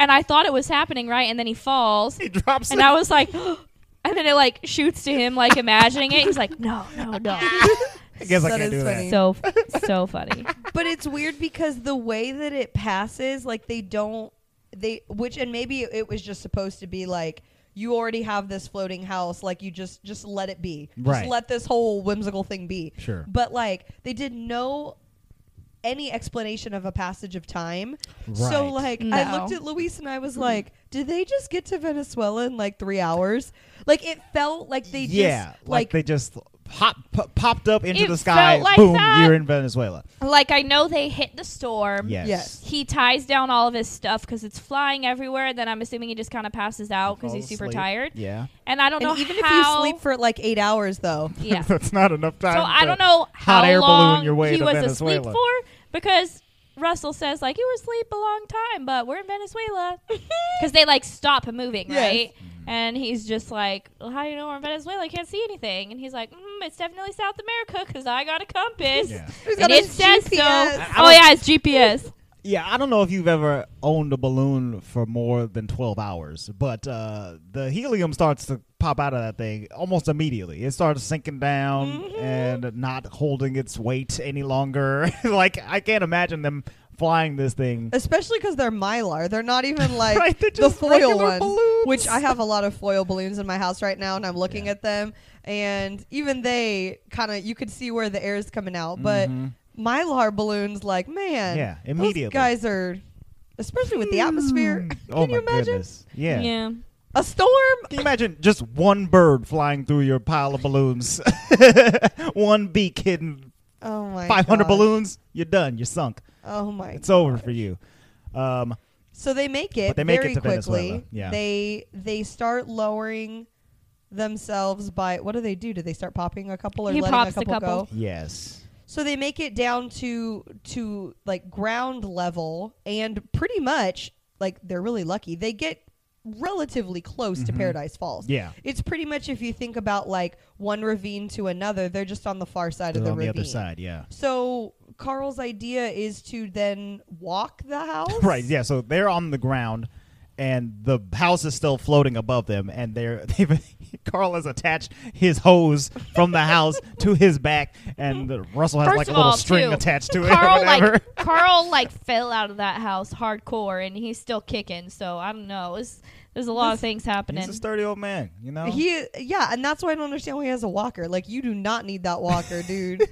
C: and I thought it was happening right and then he falls
D: He drops.
C: and
D: it.
C: I was like and then it like shoots to him like imagining it he's like no no no
D: I guess I
E: That
D: can't
E: is
D: do
E: funny.
C: so so funny
E: But it's weird because the way that it passes, like they don't they which and maybe it was just supposed to be like you already have this floating house, like you just just let it be.
D: Right.
E: Just let this whole whimsical thing be.
D: Sure.
E: But like they did no any explanation of a passage of time. So
D: Right.
E: like I
C: No.
E: looked at Luis and I was like, did they just get to Venezuela in like 3 hours? Like it felt like they
D: yeah,
E: just
D: like, they just pop, po- popped up into
C: It
D: the sky.
C: felt like
D: boom,
C: that.
D: you're in Venezuela.
C: like I know they hit the storm
D: Yes.
E: Yes.
C: he ties down all of his stuff because it's flying everywhere. Then I'm assuming he just kind of passes out because he's
D: Falls
C: super
D: asleep.
C: tired.
D: Yeah.
C: And I don't
E: and
C: know
E: even
C: how.
E: if you sleep for like 8 hours though.
C: yeah. so
D: That's not enough time.
C: I
D: to-
C: don't know how
D: hot air balloon
C: long
D: your way
C: he
D: to
C: was asleep
D: Venezuela.
C: for because Russell says like you were asleep a long time, but we're in Venezuela because they like stop moving,
E: Yes.
C: right?
D: Mm.
C: And he's just like, well, how do you know we're in Venezuela? I can't see anything. And he's like, mm, it's definitely South America because I got a compass.
D: Yeah.
E: got
C: And
E: his
C: it says so.
E: GPS.
C: Oh yeah, it's GPS.
D: Yeah, I don't know if you've ever owned a balloon for more than 12 hours, but uh, the helium starts to pop out of that thing almost immediately. It starts sinking down
C: Mm-hmm.
D: and not holding its weight any longer. like, I can't imagine them flying this thing.
E: Especially because they're mylar. They're not even like
D: Right, they're
E: the
D: just
E: foil
D: regular
E: ones,
D: balloons.
E: which I have a lot of foil balloons in my house right now, and I'm looking at them, and even they kind of you could see where the air is coming out. But
D: Mhm.
E: mylar balloons, like man,
D: Yeah,
E: those
D: immediately.
E: guys are, especially with the atmosphere. Can
D: oh,
E: you
D: my
E: imagine
D: goodness. Yeah.
C: yeah.
E: a storm?
D: Can you imagine just one bird flying through your pile of balloons? one beak hidden
E: Oh my,
D: 500
E: gosh.
D: balloons, you're done. You're sunk.
E: Oh my,
D: It's over for you. Um,
E: So they make it
D: But they make
E: very
D: it to
E: quickly.
D: Venezuela, yeah.
E: They they start lowering themselves by what do they do? Do they start popping a couple or
C: He
E: letting
C: pops
E: a
C: a
E: couple,
C: couple.
E: go?
D: yes.
E: So they make it down to to like ground level and pretty much like they're really lucky. They get relatively close to Paradise Falls.
D: Mm-hmm. Yeah.
E: It's pretty much if you think about like one ravine to another, they're just on the far side of
D: They're
E: the
D: on the
E: ravine.
D: other side, yeah.
E: So Carl's idea is to then walk the house.
D: Right, yeah. So they're on the ground, and the house is still floating above them, and they're they've Carl has attached his hose from the house to his back, and the, Russell has
C: First
D: like a
C: of
D: little
C: all,
D: string
C: too,
D: attached to it or
C: Carl
D: whatever.
C: like Carl like fell out of that house hardcore, and he's still kicking. So I don't know. It's, there's a lot of things happening.
D: He's a sturdy old man, you know.
E: He yeah, and that's why I don't understand why he has a walker. Like you do not need that walker, dude.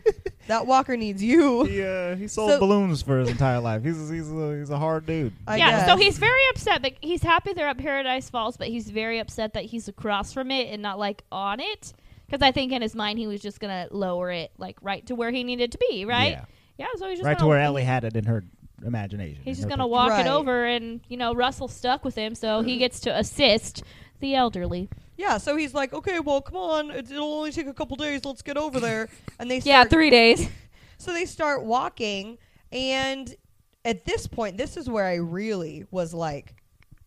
E: that walker needs you.
D: He, uh, he sold
E: So-
D: balloons for his entire life. He's he's a, he's a hard dude.
E: I
C: yeah.
E: guess.
C: So he's very upset, but he's happy they're at Paradise Falls, but he's very upset that he's across from it and not like on it. Because I think in his mind he was just gonna lower it like right to where he needed to be, right?
D: Yeah.
C: Yeah. so he's just
D: right to
C: gonna-
D: where Ellie had it in her imagination.
C: He's
D: in
C: just
D: her
C: gonna
D: picture.
C: walk
E: Right.
C: it over, and you know Russell stuck with him, so he gets to assist the elderly.
E: Yeah, so he's like, okay, well, come on, it- it'll only take a couple days. Let's get over there. And they
C: Yeah,
E: start,
C: three days.
E: so they start walking, and at this point, this is where I really was like,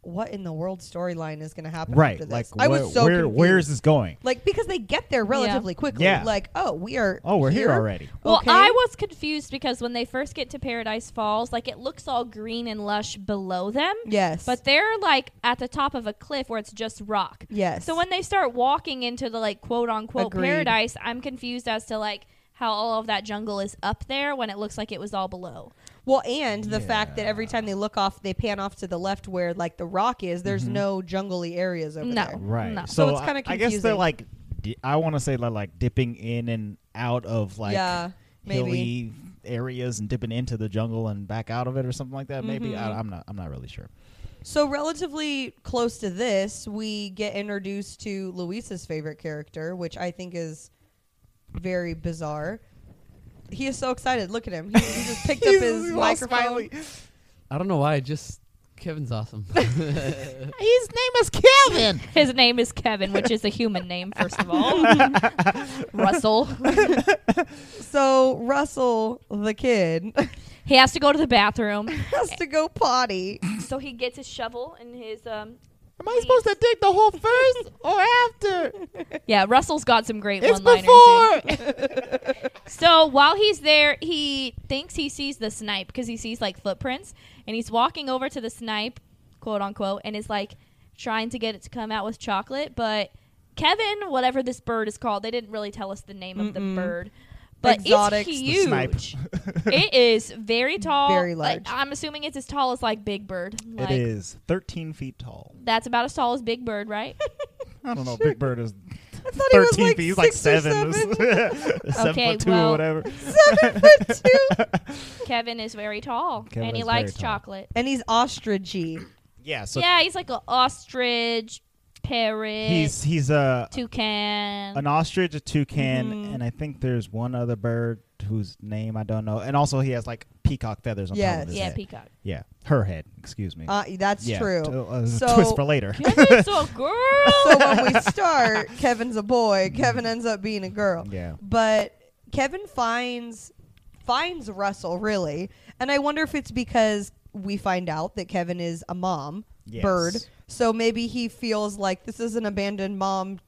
E: what in the world storyline is going to happen?
D: Right.
E: after this?
D: Like
E: I was
D: where-
E: so
D: where, where is
E: confused.
D: this going?
E: like because they get there relatively quickly.
D: Yeah.
E: Like, oh, we are.
D: Oh, we're here, already.
C: Well,
E: Okay.
C: I was confused because when they first get to Paradise Falls, like it looks all green and lush below them,
E: Yes,
C: but they're like at the top of a cliff where it's just rock.
E: yes.
C: So when they start walking into the like quote unquote
E: Agreed.
C: paradise, I'm confused as to like how all of that jungle is up there when it looks like it was all below.
E: Well, and the fact that every time they look off, they pan off to the left where like the rock is. There's
D: Mm-hmm.
E: no jungly areas over
C: No.
E: there.
D: Right.
C: No.
E: So it's
D: I-
E: kinda
D: I guess they're
E: confusing.
D: like, di- I want to say like, like dipping in and out of like
E: Yeah, maybe.
D: hilly areas and dipping into the jungle and back out of it or something like that. Maybe I, I'm not. I'm not really sure.
E: So relatively close to this, we get introduced to Luis's favorite character, which I think is very bizarre. He is so excited. Look at him. He, he just picked up his microphone.
A: I don't know why. Just Kevin's awesome.
D: His name is Kevin.
C: His name is Kevin, which is a human name, first of all. Russell.
E: So Russell, the kid,
C: He has to go to the bathroom,
E: has to go potty.
C: so he gets his shovel and his um.
D: Am I supposed to dig the hole first or after?
C: Yeah, Russell's got some great
D: It's
C: one-liners. dude.
D: before.
C: So while he's there, he thinks he sees the snipe because he sees like footprints, and he's walking over to the snipe, quote unquote, and is like trying to get it to come out with chocolate. But Kevin, whatever this bird is called, they didn't really tell us the name of the
E: Mm-mm.
C: bird, but
E: Exotics, the
C: it's
D: The snipe.
C: huge. it is very tall,
E: Very
C: like,
E: large.
C: I'm assuming it's as tall as like Big Bird. Like,
D: it is 13 feet tall.
C: That's about as tall as Big Bird, right?
D: I don't know. Big Bird is
E: I thought he
D: 13
E: was like
D: feet. He's
E: six
D: like
E: or
D: seven.
E: seven.
D: seven
C: Okay,
D: foot two
C: well-
D: or whatever.
E: seven foot two.
C: Kevin is very tall,
D: Kevin
C: and he
D: is very
C: likes
D: tall.
C: chocolate.
E: And he's ostrichy.
D: Yeah. So
C: yeah, he's like an ostrich, parrot.
D: he's he's a
C: toucan.
D: an ostrich, a toucan,
E: Mhm.
D: and I think there's one other bird whose name I don't know. And also he has like peacock feathers on top
E: Yes.
D: of his
C: yeah,
D: head.
C: peacock.
D: yeah, her head. Excuse me.
E: Uh, that's
D: yeah,
E: true.
D: t- uh,
E: So-
D: twist for later.
C: Kevin's a girl.
E: so when we start, Kevin's a boy. Kevin ends up being a girl.
D: yeah.
E: But Kevin finds finds Russell really, and I wonder if it's because we find out that Kevin is a mom
D: Yes.
E: bird, so maybe he feels like this is an abandoned mom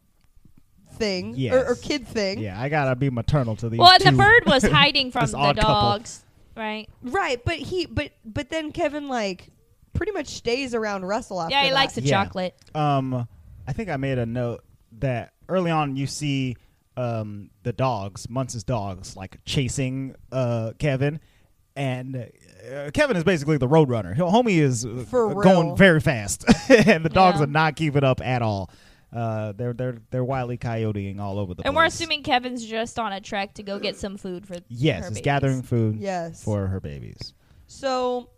E: thing or, or
D: Yes.
E: kid thing,
D: Yeah, I gotta be maternal to these.
C: well, and the
D: two.
C: bird was hiding from
D: This
C: the
D: odd couple.
C: dogs, right?
E: right? But he but but then Kevin like pretty much stays around Russell after
C: yeah, he
E: that.
C: likes the
D: Yeah.
C: chocolate.
D: Um, I think I made a note that early on you see um, the dogs, Munce's dogs, like chasing uh, Kevin, and uh, Kevin is basically the roadrunner. He'll- Homie is uh,
E: For real.
D: going very fast, and the dogs
C: Yeah.
D: are not keeping up at all. Uh, they're they're they're wily coyoteing all over the place.
C: And we're assuming Kevin's just on a trek to go get some food for
D: yes,
C: her
D: it's
C: babies.
D: gathering food
E: yes
D: for her babies.
E: So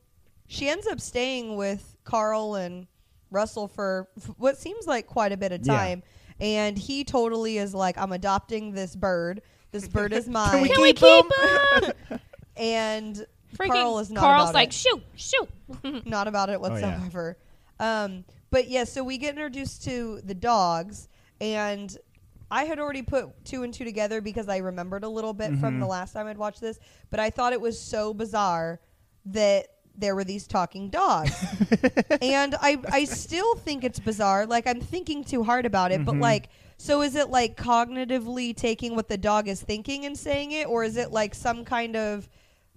E: she ends up staying with Carl and Russell for f- what seems like quite a bit of
D: Yeah.
E: time. And he totally is like, I'm adopting this bird. This bird is mine.
D: we
C: Can we
D: Keep 'em.
C: keep him?
E: and
C: Freaking
E: Carl is not
C: Carl's
E: about
C: like
E: it.
C: shoot, shoot.
E: Not about it
D: yeah.
E: whatsoever. um, but yeah, so we get introduced to the dogs. And I had already put two and two together because I remembered a little bit from
D: Mhm.
E: the last time I'd watched this. But I thought it was so bizarre that there were these talking dogs. and I I still think it's bizarre. Like I'm thinking too hard about it, but
D: Mhm.
E: like so is it like cognitively taking what the dog is thinking and saying it or is it like some kind of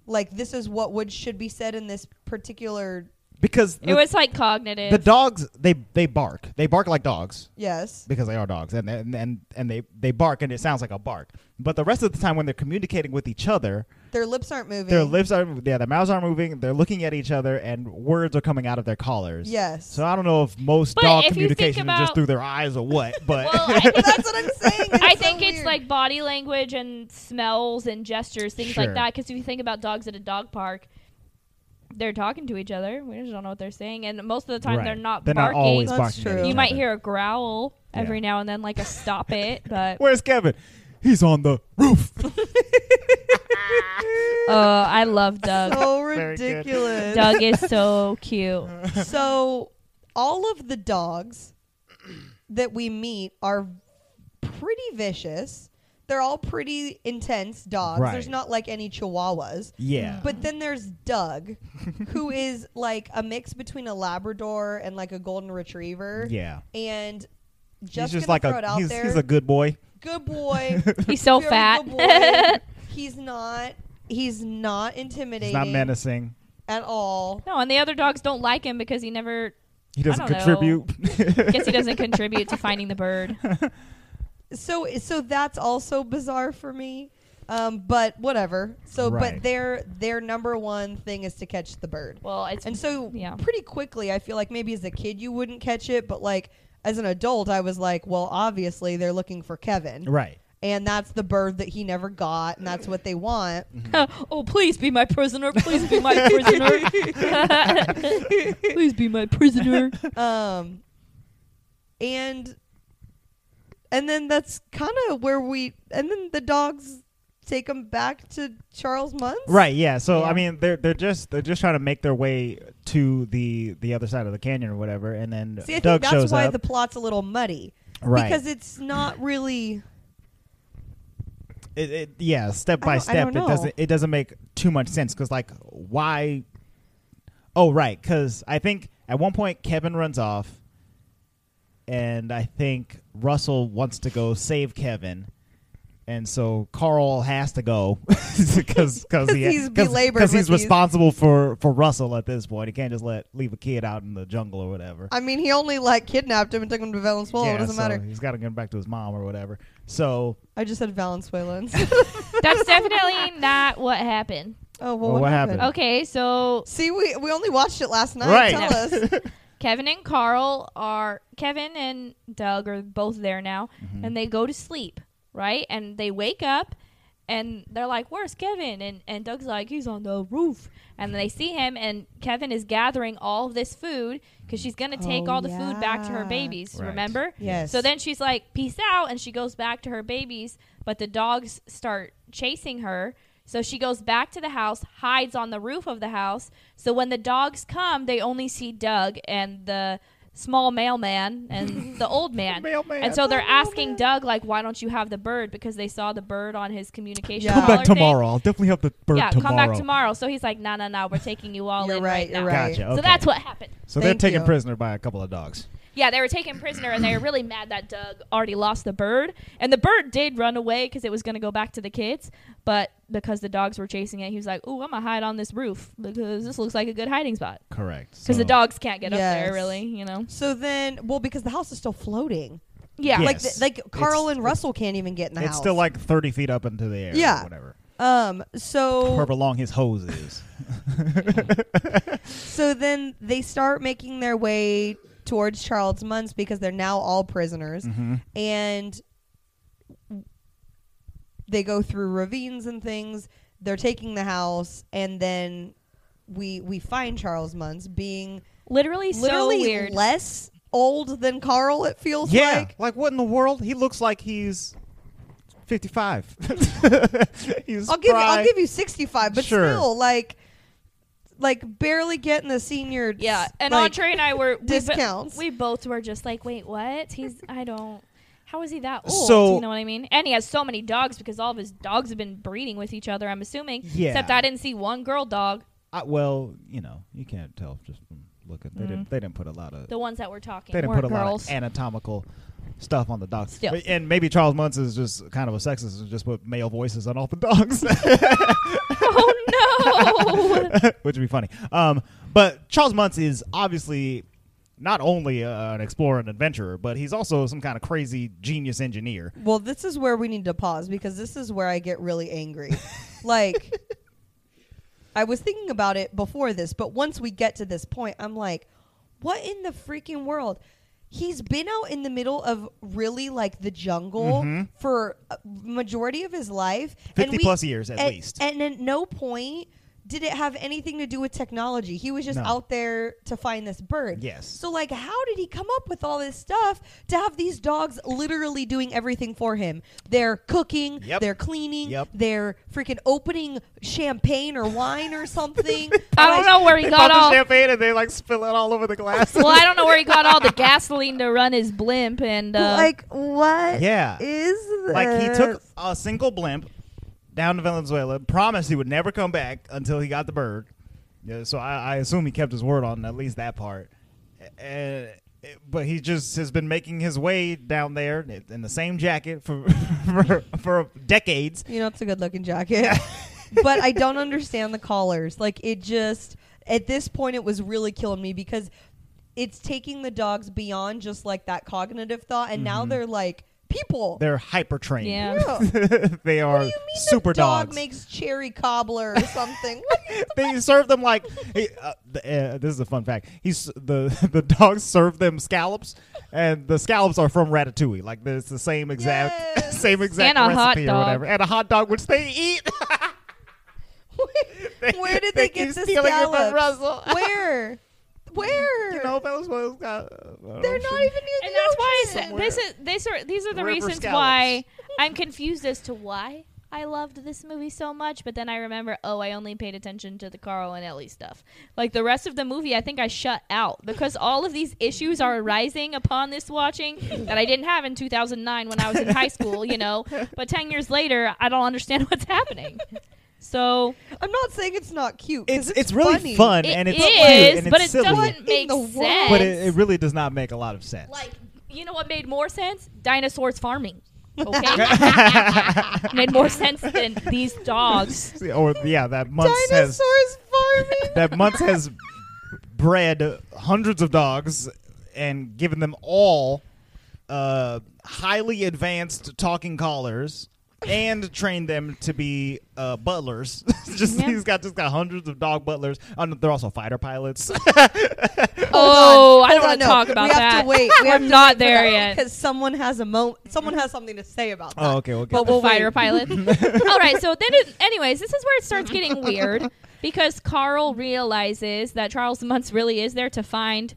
E: like this is what would should be said in this particular
D: because
C: It was like cognitive.
D: the dogs they they bark they bark like dogs
E: yes.
D: because they are dogs and and and, and they, they bark and it sounds like a bark but the rest of the time when they're communicating with each other
E: Their lips aren't moving.
D: their lips are yeah their mouths are moving they're looking at each other and words are coming out of their collars
E: Yes.
D: so i don't know if most
C: But
D: dog
C: if you think
D: communication is just
C: about-
D: through their eyes or what but
C: well, I think,
E: That's what I'm saying. It's
C: I
E: so
C: think it's
E: weird.
C: like body language and smells and gestures, things
D: Sure.
C: like that. Because if you think about dogs at a dog park, they're talking to each other. We just don't know what they're saying, and most of the time
D: Right.
C: they're not
D: They're not
C: barking.
D: always
E: That's
D: barking. at
E: true.
D: each
C: you might
D: other.
C: hear a growl every
D: Yeah.
C: now and then, like a stop it, but
D: Where's Kevin? He's on the roof.
C: uh, I love Doug.
E: So
D: Very good.
E: ridiculous.
C: Doug is so cute.
E: so all of the dogs that we meet are pretty vicious. They're all pretty intense dogs. There's
D: Right.
E: not like any chihuahuas.
D: yeah.
E: But then there's Doug, who is like a mix between a Labrador and like a golden retriever.
D: yeah.
E: And
D: he's
E: just,
D: just
E: gonna
D: like
E: throw it
D: a
E: out
D: he's,
E: there.
D: he's a good boy.
E: good boy.
C: He's so
E: very
C: fat.
E: good boy. he's not. He's not intimidating.
D: He's not menacing.
E: at all.
C: no, and the other dogs don't like him because he never.
D: He doesn't
C: I don't know.
D: contribute.
C: Guess he doesn't contribute to finding the bird.
E: So so that's also bizarre for me. Um, but whatever. So
D: Right.
E: but their their number one thing is to catch the bird.
C: Well, it's
E: And so
C: yeah.
E: pretty quickly I feel like maybe as a kid you wouldn't catch it, but like as an adult I was like, well obviously they're looking for Kevin.
D: right.
E: And that's the bird that he never got and that's what they want.
C: oh, please be my prisoner. Please be my prisoner. please be my prisoner.
E: um and and then that's kind of where we and then the dogs take him back to Charles Munns.
D: Right, yeah. So
C: Yeah.
D: I mean they're they're just they're just trying to make their way to the the other side of the canyon or whatever and then
E: See, I
D: Doug
E: think
D: shows
E: that's why
D: up.
E: the plot's a little muddy.
D: right.
E: Because it's not really.
D: it, it, yeah, step
E: I
D: by
E: don't- I
D: step,
E: don't
D: it
E: know.
D: doesn't it doesn't make too much sense because like why? Oh right, because I think at one point Kevin runs off, and I think Russell wants to go save Kevin, and so Carl has to go because because
E: he's belabored
D: because he's
E: with these-
D: responsible for for Russell at this point. He can't just let leave a kid out in the jungle or whatever.
E: I mean, he only like kidnapped him and took him to Valenzuela.
D: yeah,
E: it doesn't
D: so
E: matter.
D: He's got to get him back to his mom or whatever. So
E: I just said Valenzuela. and-
C: That's definitely not what happened.
E: oh well,
D: Well,
E: what,
D: what
E: happened? Oh.
D: happened?
C: Okay, so
E: See, we we only watched it last night.
D: Right.
E: Tell us.
C: Kevin and Carl are Kevin and Doug are both there now, and they go to sleep, right? And they wake up, and they're like, "Where's Kevin?" and and Doug's like, "He's on the roof." And they see him, and Kevin is gathering all of this food because she's gonna take
E: Oh,
C: all the food back to her
E: yeah.
C: babies.
D: Right.
C: Remember?
E: Yes.
C: So then she's like, "Peace out," and she goes back to her babies, but the dogs start chasing her. So she goes back to the house, hides on the roof of the house. So when the dogs come, they only see Doug and the small mailman and the old man.
D: Mailman.
C: And so they're asking Doug like, "Why don't you have the bird?" because they saw the bird on his communication.
E: Yeah.
D: come
C: caller
D: back
C: thing.
D: tomorrow. I'll definitely have the bird
C: Yeah, come back tomorrow. So he's like, "No, no, no, we're taking you all
E: You're
C: in
E: right,
C: right,
E: you're
C: now."
E: right.
D: Gotcha.
C: So
D: okay.
C: that's what happened.
D: So they're
E: Thank
D: taken
E: you.
D: prisoner by a couple of dogs.
C: Yeah, they were taken prisoner, and they were really mad that Doug already lost the bird. And the bird did run away because it was going to go back to the kids, but because the dogs were chasing it, he was like, "Oh, I'm gonna hide on this roof because this looks like a good hiding spot."
D: Correct.
C: Because the dogs can't get up
E: Yes.
C: there, really, you know.
E: So then, well, because the house is still floating.
C: Yeah,
D: Yeah.
C: like
E: Like,
D: Yes.
E: the, like Carl
D: It's-
E: and Russell can't even get in the
D: It's
E: house.
D: still like thirty feet up into the air.
E: Yeah.
D: Or whatever.
E: Um. So
D: However long his hose is.
E: so then they start making their way towards Charles Munns because they're now all prisoners.
D: Mm-hmm.
E: and they go through ravines and things. They're taking the house, and then we we find Charles Munz being
C: literally,
E: literally
C: so weird.
E: less old than Carl. It feels
D: Yeah.
E: like
D: Like, what in the world? He looks like he's fifty-five. he's
E: I'll give you, I'll
D: spry.
E: give you sixty five, but
D: Sure.
E: still like like barely getting the senior.
C: yeah, and
E: like,
C: Andre and I were we bo-
E: discounts.
C: We, both were just like, "Wait, what? He's I don't." How is he that old?
D: So-
C: you know what I mean? And he has so many dogs because all of his dogs have been breeding with each other, I'm assuming.
D: Yeah.
C: Except I didn't see one girl dog.
D: I, well, you know, you can't tell just from looking. They
E: Mm-hmm.
D: didn't. They didn't put a lot of.
C: The ones that were talking
D: they didn't
C: weren't
D: put a
C: girls.
D: lot of anatomical stuff on the dogs.
C: Still.
D: But- And maybe Charles Munson is just kind of a sexist and just put male voices on all the dogs.
C: oh no!
D: which would be funny. Um, but Charles Muntz is obviously not only uh, an explorer and adventurer, but he's also some kind of crazy genius engineer.
E: Well, this is where we need to pause because this is where I get really angry. like, I was thinking about it before this, but once we get to this point, I'm like, what in the freaking world? He's been out in the middle of really like the jungle
D: Mm-hmm.
E: for a majority of his life.
D: 50 plus years at least.
E: And at no point did it have anything to do with technology? He was just
D: No.
E: out there to find this bird.
D: Yes.
E: So like how did he come up with all this stuff to have these dogs literally doing everything for him? They're cooking,
D: Yep.
E: they're cleaning,
D: Yep.
E: they're freaking opening champagne or wine or something.
C: I don't know where he
D: They pop
C: got
D: the
C: all.
D: champagne and they like spill it all over the glass.
C: Well, I don't know where he got all the gasoline to run his blimp and. Uh,
B: like what? Is
D: yeah.
B: this?
D: Like he took a single blimp down to Venezuela, promised he would never come back until he got the bird. Yeah, so I, I assume he kept his word on at least that part. And, but he just has been making his way down there in the same jacket for for, for decades.
E: You know, it's a good looking jacket. but I don't understand the collars. Like, it just, at this point, it was really killing me because it's taking the dogs beyond just like that cognitive thought. And now they're like people.
D: Mm-hmm. They're hyper trained.
C: uh, Yeah.
E: Ugh.
D: they
E: what
D: are
E: do you mean
D: super
E: the dog
D: dogs.
E: makes cherry cobbler or something?
D: they serve them like he- uh, th- uh, this is a fun fact. He's the the dogs serve them scallops, and the scallops are from Ratatouille. Like it's the same exact
E: Yes.
D: same exact
C: And a hot
D: recipe or
C: dog.
D: whatever, and a hot dog which they eat.
E: Where did they,
D: keep
E: get the
D: stealing it from
E: scallops?
D: Russell?
E: Where? Where?
D: You know, Venezuela's got. uh,
E: They're not even in
C: and
E: the
C: that's why I
E: ocean.
C: said this is these are these are the
D: River
C: reasons
D: scallops.
C: why I'm confused as to why I loved this movie so much. But then I remember, oh, I only paid attention to the Carl and Ellie stuff. Like the rest of the movie, I think I shut out because all of these issues are arising upon this watching that I didn't have in 2009 when I was in high school. You know, but ten years later, I don't understand what's happening. So
E: I'm not saying it's not cute.
D: It's
E: 'cause
D: it's really
E: funny.
D: fun
C: it
D: and it's
C: is,
D: cute and
C: but
D: it's
C: it
D: silly,
C: doesn't make
E: the world?
C: sense.
D: but it, it really does not make a lot of sense.
C: Like, you know what made more sense? Dinosaurs farming. Okay, made more sense than these dogs.
D: or yeah, that months has
E: Dinosaurs farming.
D: that month has bred hundreds of dogs and given them all uh, highly advanced talking collars and trained them to be uh, butlers. just
C: Yeah.
D: he's got just got hundreds of dog butlers. Oh, no, they're also fighter pilots.
C: Oh,
E: on,
C: I don't
E: hold
C: want
E: on,
C: to
E: no.
C: talk about
E: we have
C: that.
E: To wait. We
C: We're
E: have to
C: not
E: wait for
C: there
E: that
C: yet.
E: because someone has a mo- Someone has something to say about that.
D: oh, okay, we'll get
E: But
D: there.
E: we'll
C: Fighter
E: wait.
C: pilot. All right, so then, it, anyways, this is where it starts getting weird because Carl realizes that Charles Muntz really is there to find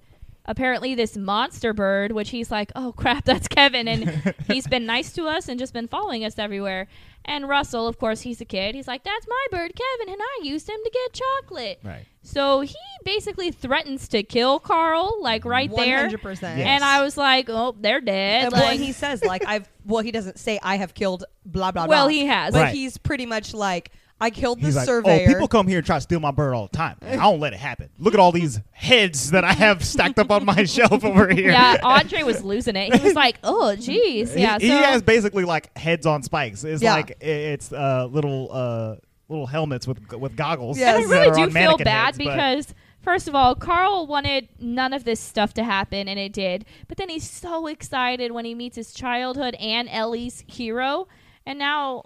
C: apparently this monster bird, which he's like, oh crap, that's Kevin. And he's been nice to us and just been following us everywhere. And Russell, of course, he's a kid. He's like, that's my bird, Kevin, and I used him to get chocolate.
D: right.
C: So he basically threatens to kill Carl, like right there.
E: 100%.
D: Yeah.
C: And I was like, oh, they're dead.
E: And
C: like,
E: when he says like I've well he doesn't say I have killed blah blah blah.
C: Well, he has.
E: But
D: Right.
E: he's pretty much like I killed the
D: He's like,
E: surveyor.
D: oh, people come here and try to steal my bird all the time. I don't let it happen. Look at all these heads that I have stacked up on my shelf over here.
C: yeah, Andre was losing it. He was like, "Oh, jeez,
D: He-
C: yeah."
D: he,
C: so
D: has basically like heads on spikes. It's
E: Yeah.
D: like i- it's uh, little uh, little helmets with with goggles.
E: Yes.
C: I
E: that
C: really
D: are
C: do
D: on
C: feel
D: mannequin
C: bad
D: heads, uh, but-
C: because first of all, Carl wanted none of this stuff to happen, and it did. But then he's so excited when he meets his childhood and Ellie's hero, and now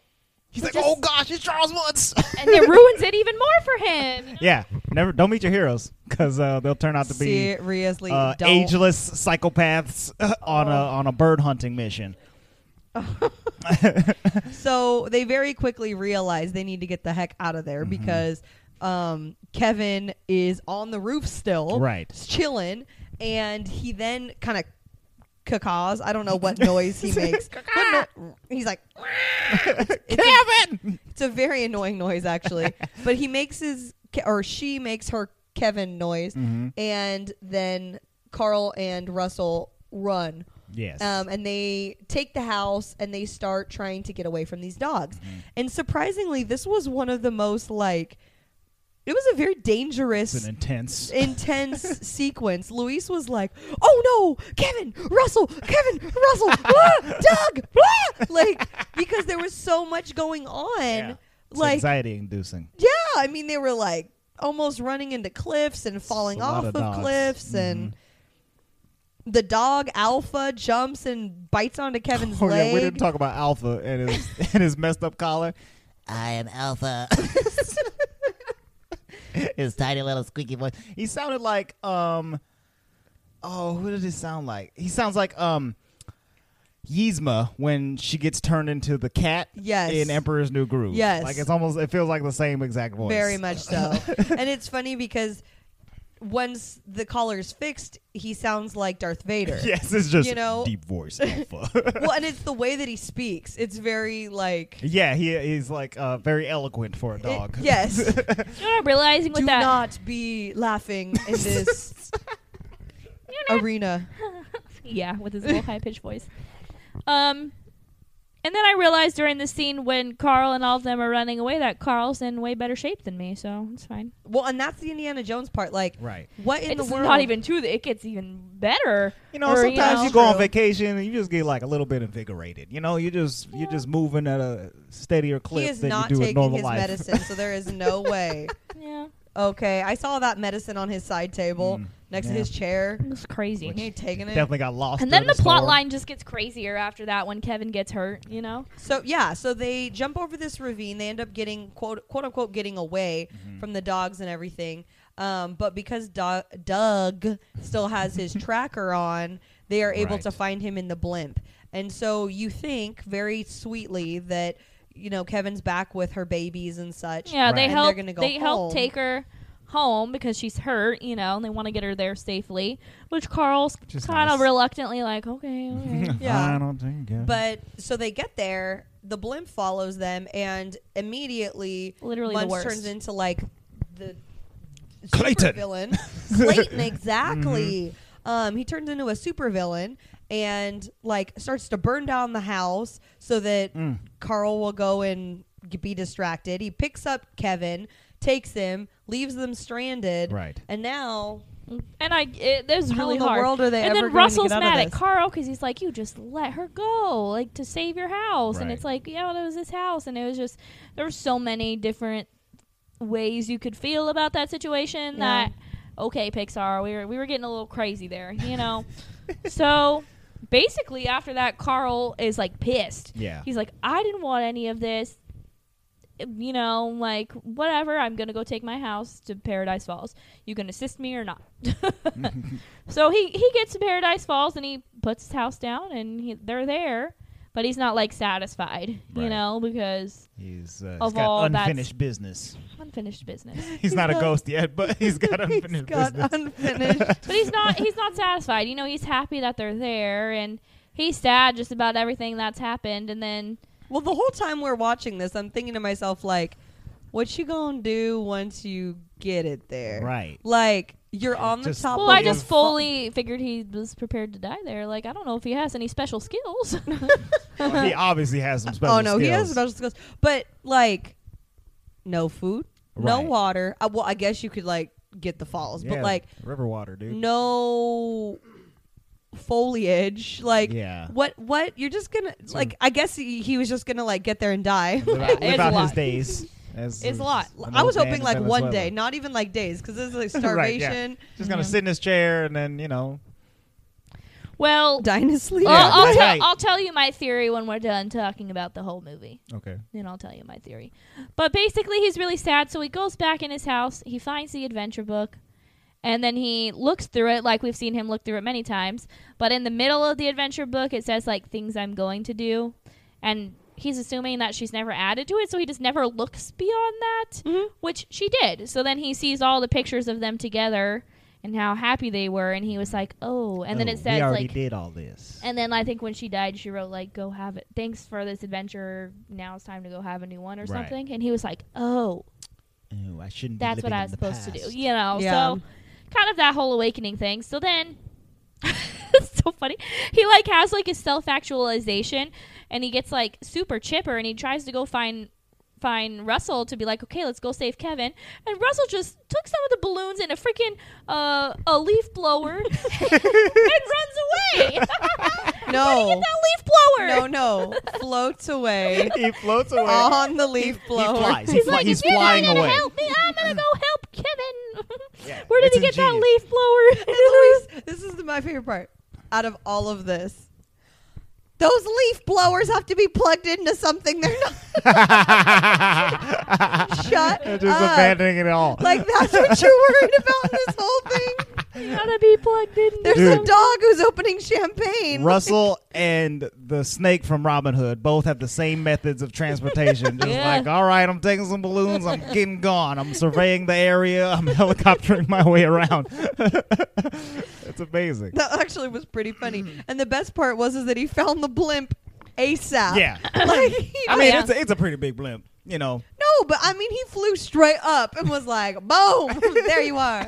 D: he's
C: we're
D: like,
C: just-
D: oh gosh, it's Charles Woods.
C: and it ruins it even more for him. you know?
D: yeah, never don't meet your heroes because uh, they'll turn out to be
E: seriously
D: uh,
E: don't.
D: ageless psychopaths on a on a bird hunting mission.
E: So they very quickly realize they need to get the heck out of there because um, Kevin is on the roof still,
D: Right.
E: Chilling, and he then kind of cacaws. I don't know what noise he makes. What no- he's like,
D: Kevin,
E: it's a very annoying noise actually, but he makes his or she makes her Kevin noise, and then Carl and Russell run.
D: yes,
E: Um, and they take the house and they start trying to get away from these dogs.
D: Mm-hmm.
E: And surprisingly, this was one of the most like it was a very
D: it's
E: dangerous,
D: an intense.
E: intense sequence. Luis was like, "Oh no, Kevin, Russell, Kevin, Russell, ah, Doug!" ah!" Like because there was so much going on.
D: Yeah. It's
E: Like
D: anxiety inducing.
E: yeah, I mean they were like almost running into cliffs and falling
D: a lot
E: off
D: of Mm-hmm.
E: of,
D: dogs.
E: cliffs and the dog Alpha jumps and bites onto Kevin's
D: Oh,
E: leg.
D: yeah, we didn't talk about Alpha and his and his messed up collar.
F: I am Alpha. His tiny little squeaky voice.
D: He sounded like um oh, who did he sound like? He sounds like um Yzma when she gets turned into the cat
E: Yes.
D: in Emperor's New Groove.
E: Yes.
D: Like it's almost it feels like the same exact voice.
E: Very much so. and it's funny because once the collar's fixed, he sounds like Darth Vader.
D: Yes, it's just
E: You know-
D: deep voice alpha.
E: Well, and it's the way that he speaks. It's very like
D: yeah, he he's like uh, very eloquent for a
E: it-
D: dog.
E: yes.
C: You know what I'm realizing with
E: Do
C: that?
E: not be laughing in this arena.
C: Yeah, with his little high pitched voice. Um, and then I realized during the scene when Carl and all of them are running away that Carl's in way better shape than me, so it's fine.
E: Well, and that's the Indiana Jones part. Like,
D: Right.
E: what in the
C: it's
E: world?
C: not even true. It gets even better.
D: You know,
C: Or,
D: sometimes you,
C: know-
D: go on vacation and you just get like a little bit invigorated. You know, you just you're just moving at a steadier clip
E: He is
D: than
E: not
D: you do in
E: taking
D: normal
E: his
D: life.
E: medicine, so there is no way.
C: Yeah,
E: Okay, I saw that medicine on his side table
D: Mm,
E: next to
D: yeah.
E: his chair.
C: it was crazy.
E: He ain't taking it.
D: Definitely got lost.
C: and then
D: during
C: the plot
D: storm.
C: line just gets crazier after that when Kevin gets hurt, you know?
E: So yeah, so they jump over this ravine. They end up getting quote quote unquote getting away
D: Mm-hmm.
E: from the dogs and everything. Um, but because Do- Doug still has his tracker on, they are able
D: Right.
E: to find him in the blimp. And so you think very sweetly that you know Kevin's back with her babies and such.
C: Yeah, they
E: And
C: help.
E: They're gonna go
C: they help
E: home.
C: take her home because she's hurt, you know, and they want to get her there safely. Which Carl's
D: is
C: kind of
D: nice.
C: reluctantly like, okay, okay.
E: Yeah.
D: I don't think. Yeah.
E: But so they get there, the blimp follows them, and immediately,
C: Literally the
E: Munch
C: worst.
E: turns into like the
D: Clayton. Mm-hmm.
E: villain. Clayton, exactly. Um, he turns into a super villain and like starts to burn down the house so that
D: Mm.
E: Carl will go and g- be distracted. He picks up Kevin, takes him, leaves them stranded,
D: Right.
E: and now
C: And I, it, this is
E: How
C: really
E: in the
C: hard.
E: world are they
C: and
E: ever
C: then
E: going to
C: Russell's
E: get out of
C: mad at
E: this?
C: Carl because he's like, "You just let her go, like to save your house." And
D: Right.
C: it's like, "Yeah, well, it was his house," and it was just there were so many different ways you could feel about that situation.
E: Yeah.
C: That okay, Pixar, we were we were getting a little crazy there, you know. so basically, after that, Carl is like pissed.
D: Yeah.
C: He's like, I didn't want any of this. You know, like, whatever. I'm going to go take my house to Paradise Falls. You can assist me or not. so he, he gets to Paradise Falls and he puts his house down and he, they're there. But he's not, like, satisfied, you
D: Right.
C: know, because
D: he's, uh, he's
C: Of
D: got
C: all that's-
D: unfinished business.
C: unfinished business.
D: He's not a ghost yet, but he's got unfinished
E: he's got
D: business.
E: unfinished.
C: but he's not he's not satisfied. You know, he's happy that they're there and he's sad just about everything that's happened and then
E: Well, the whole time we're watching this, I'm thinking to myself, like, what you gonna do once you get it there?
D: Right.
E: Like, you're on the
D: Just-
E: top.
C: Well,
E: of
C: I
E: your
C: just
E: fu-
C: fully figured he was prepared to die there. Like, I don't know if he has any special skills.
D: he obviously has some special
E: Oh no, he has
D: skills.
E: special skills, but like, no food, no
D: Right.
E: water. Uh, well, I guess you could like get the falls,
D: Yeah,
E: but like,
D: river water, dude.
E: no foliage. Like,
D: Yeah.
E: what? What? You're just gonna like? I guess he, he was just gonna like get there and die.
D: Live out,
C: It's
D: live
C: a
D: out his
C: lot.
D: days. As
E: It's a
D: as
E: lot.
D: an
E: I was
D: old man
E: hoping
D: in
E: like one
D: Venezuela.
E: day, Mm-hmm. not even like days, because this is like
D: Right, yeah.
E: starvation.
D: Just gonna
C: Yeah.
D: sit in his chair and then you know.
C: well,
E: Dine is sleep.
B: Oh,
C: well, I'll,
D: that's
C: tell-
D: right.
C: I'll tell you my theory when we're done talking about the whole movie.
D: Okay.
C: Then I'll tell you my theory. But basically, he's really sad, so he goes back in his house. He finds the adventure book, and then he looks through it like we've seen him look through it many times. But in the middle of the adventure book, it says, like, things I'm going to do. And he's assuming that she's never added to it, so he just never looks beyond that, which she did. So then he sees all the pictures of them together and how happy they were, and he was like, oh. And then
D: Oh,
C: it
D: we
C: says,
D: already
C: like,
D: did all this.
C: and then I think when she died, she wrote like, "Go have it. Thanks for this adventure. Now it's time to go have a new one or
D: Right.
C: something." And he was like, "Oh,
D: Ooh, I shouldn't.
C: that's
D: be living
C: what I
D: in
C: was
D: the
C: supposed to do."
D: past.
C: You know,
E: Yeah.
C: so kind of that whole awakening thing. So then, it's so funny. He like has like his self actualization, and he gets like super chipper, and he tries to go find find Russell to be like, "Okay, let's go save Kevin." And Russell just took some of the balloons and a freaking uh, a leaf blower and runs away.
E: No,
C: that leaf blower.
E: no, no, floats away
D: he floats away.
E: on the leaf blower.
D: He flies. He
C: He's
D: fli-
C: like,
D: he's
C: "If you're not
D: flying
C: gonna
D: away.
C: Help me! I'm gonna go help Kevin.
D: Yeah,
C: Where did he
D: it's
C: get that
D: ingenious.
C: leaf blower?
E: And Louise, this is the- my favorite part. Out of all of this, those leaf blowers have to be plugged into something. They're not shut
D: Just
E: up.
D: abandoning it all.
C: Uh,
E: Like that's what you're worried about in this whole thing.
C: You gotta be plugged in.
E: There's a
D: Dude.
E: dog who's opening champagne.
D: Russell and the snake from Robin Hood both have the same methods of transportation. Just
C: Yeah.
D: like, all right, I'm taking some balloons, I'm getting gone, I'm surveying the area, I'm helicoptering my way around. it's amazing.
E: That actually was pretty funny. And the best part was is that he found the blimp ASAP.
D: Yeah.
E: Like, he
D: I
E: was-
D: mean,
C: yeah.
D: it's, a, it's a pretty big blimp, you know.
E: no, but I mean, he flew straight up and was like, boom, there you are.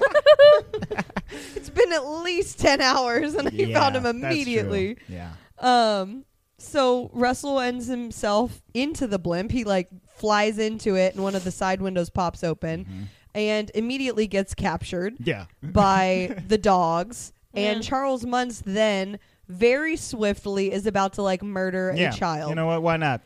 E: it's been at least 10 hours and he found him
D: Yeah, that's true.
E: immediately.
D: Yeah.
E: Um, so Russell ends himself into the blimp. He like flies into it and one of the side windows pops open and immediately gets captured
D: Mm-hmm. Yeah.
E: by the dogs.
C: Yeah.
E: And Charles Munz then very swiftly is about to like murder
D: yeah.
E: a child.
D: You know what? Why not?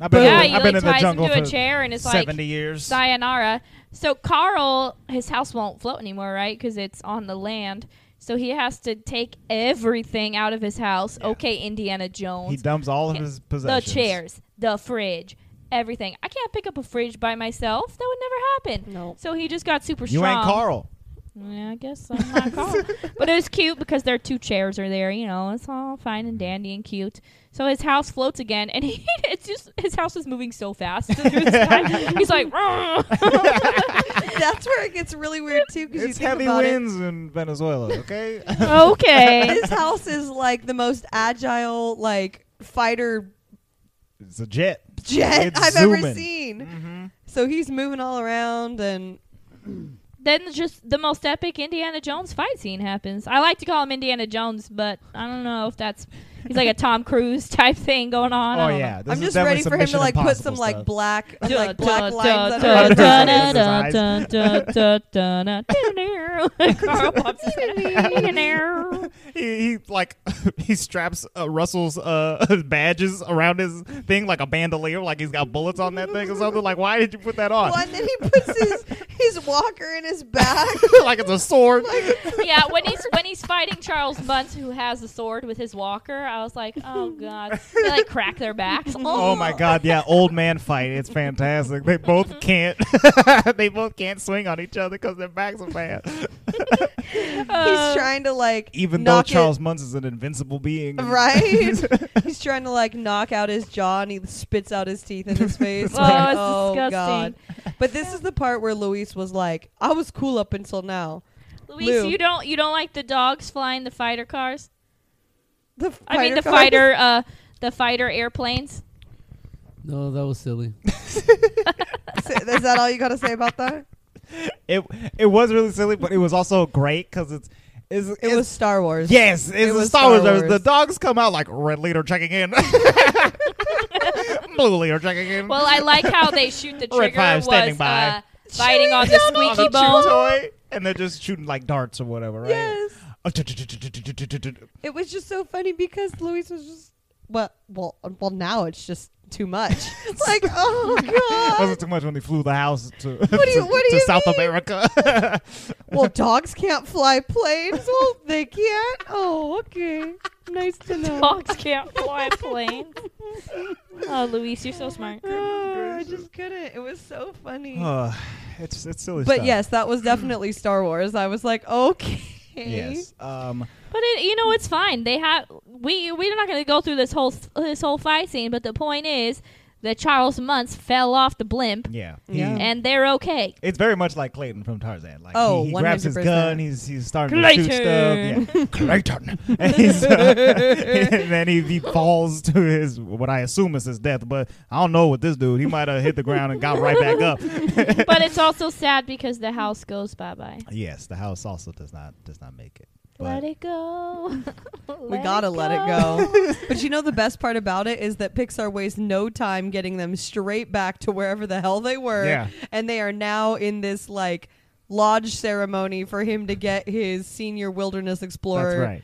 D: I've
E: Boom.
C: yeah,
E: I've
D: in-
C: you
D: I've
C: like
D: been in the
C: ties him
D: jungle
C: to a
D: for
C: chair and it's like
D: 70 years.
C: sayonara. So Carl, his house won't float anymore, right? Because it's on the land. So he has to take everything out of his house. Okay, Indiana
D: He
C: Jones.
D: dumps all of his
C: the
D: possessions.
C: chairs, the fridge, everything. I can't pick up a fridge by myself. That would never happen.
E: No.
C: So he just got super
D: You
C: strong.
D: ain't Carl.
C: Yeah, I guess I'm not Carl. but it was cute because their two chairs are there. You know, it's all fine and dandy and cute. So his house floats again, and he it's just his house is moving so fast. through the sky. He's like,
E: That's where it gets really weird too because you
D: It's
E: think
D: heavy
E: about
D: winds in Venezuela, okay?
E: it.
C: okay.
E: His house is like the most agile like fighter
D: it's a jet.
E: jet
D: It's
E: I've
D: zooming.
E: ever seen.
D: Mm-hmm.
E: So he's moving all around and
C: Then just the most epic Indiana Jones fight scene happens. I like to call him Indiana Jones, but I don't know if that's he's like a Tom Cruise type thing going on. I
D: Oh
C: don't
D: yeah, this
E: I'm
D: is
E: just
D: definitely
E: ready
D: some
E: for him to
D: Mission
E: like put
D: Impossible
E: some like
D: stuff.
E: black
C: know.
E: like black lines under
D: dun,
E: his
D: dun,
E: eyes.
D: eyes.
C: Carl pops his head.
D: He, he like he straps uh, Russell's uh, badges around his thing like a bandolier, like he's got bullets on that thing or something. Like, why did you put that on?
E: Well, and then he puts his his walker in his back.
D: like it's a sword.
C: yeah, when he's when he's fighting Charles Bunce, who has the sword with his walker, I was like, oh god, they like crack their backs.
D: oh my god, yeah, old man fight. It's fantastic. They both can't. they both can't swing on each other because their backs are bad.
C: Uh,
E: he's trying to like
D: Even though
E: knock it-
D: Charles Munz is an invincible being,
E: Right? He's trying to like knock out his jaw and he spits out his teeth in his face.
C: Oh,
E: Like,
C: it's disgusting.
E: But this is the part where Luis was like, I was cool up until now.
C: Luis,
E: Lou.
C: you don't you don't like the dogs flying the fighter cars?
E: The
C: I mean the
E: car-
C: fighter uh the fighter airplanes.
A: No, that was silly.
E: Is that all you got to say about that?
D: it it was really silly, but it was also great because it's, it's
E: It was Star Wars.
D: Yes, it's
E: It
D: a
E: was
D: Star Wars.
E: Star
D: episode. The
E: Wars.
D: dogs come out like red leader checking in, blue leader checking in.
C: Well, I like how they shoot the trigger
D: five
C: was
D: standing by.
C: uh, biting on the
D: On the
C: squeaky
D: chew
C: bone.
D: toy, and they're just shooting like darts or whatever, right?
E: Yes.
D: Oh, tu- tu- tu- tu- tu- tu- tu- tu- tu-
E: It was just so funny because Luis was just well, well, well. Now it's just too much. like, oh
D: That
E: god.
D: wasn't too much when they flew the house to
E: do you-
D: to-
E: what
D: to
E: do you
D: South
E: mean?
D: America.
E: Well, dogs can't fly planes. Well, they can't. Oh, okay. Nice to know.
D: Oh,
C: Dogs can't fly planes. Oh, Luis, you're so smart.
E: Oh, I just couldn't. It was so funny.
D: oh, it's it's silly
E: but
D: stuff.
E: yes, that was definitely Star Wars. I was like, okay.
D: yes. Um,
C: But it, you know, it's fine. They have we we're not going to go through this whole this whole fight scene. But the point is that Charles Muntz fell off the blimp,
D: yeah. He-
E: Yeah.
C: and they're okay.
D: It's very much like Clayton from Tarzan. Like
E: Oh,
D: he, he grabs his
E: 100%.
D: gun, he's he's starting to shoot
C: Clayton.
D: stuff. Yeah. Clayton. and, he's, uh, and then he, he falls to his what I assume is his death, but I don't know what this dude. He might have hit the ground and got right back up.
C: but it's also sad because the house goes bye bye.
D: yes, the house also does not does not make it.
C: Let
D: But
C: it go.
E: We gotta let it go. but you know the best part about it is that Pixar wastes no time getting them straight back to wherever the hell they were.
D: Yeah.
E: And they are now in this like lodge ceremony for him to get his senior wilderness explorer.
D: that's right.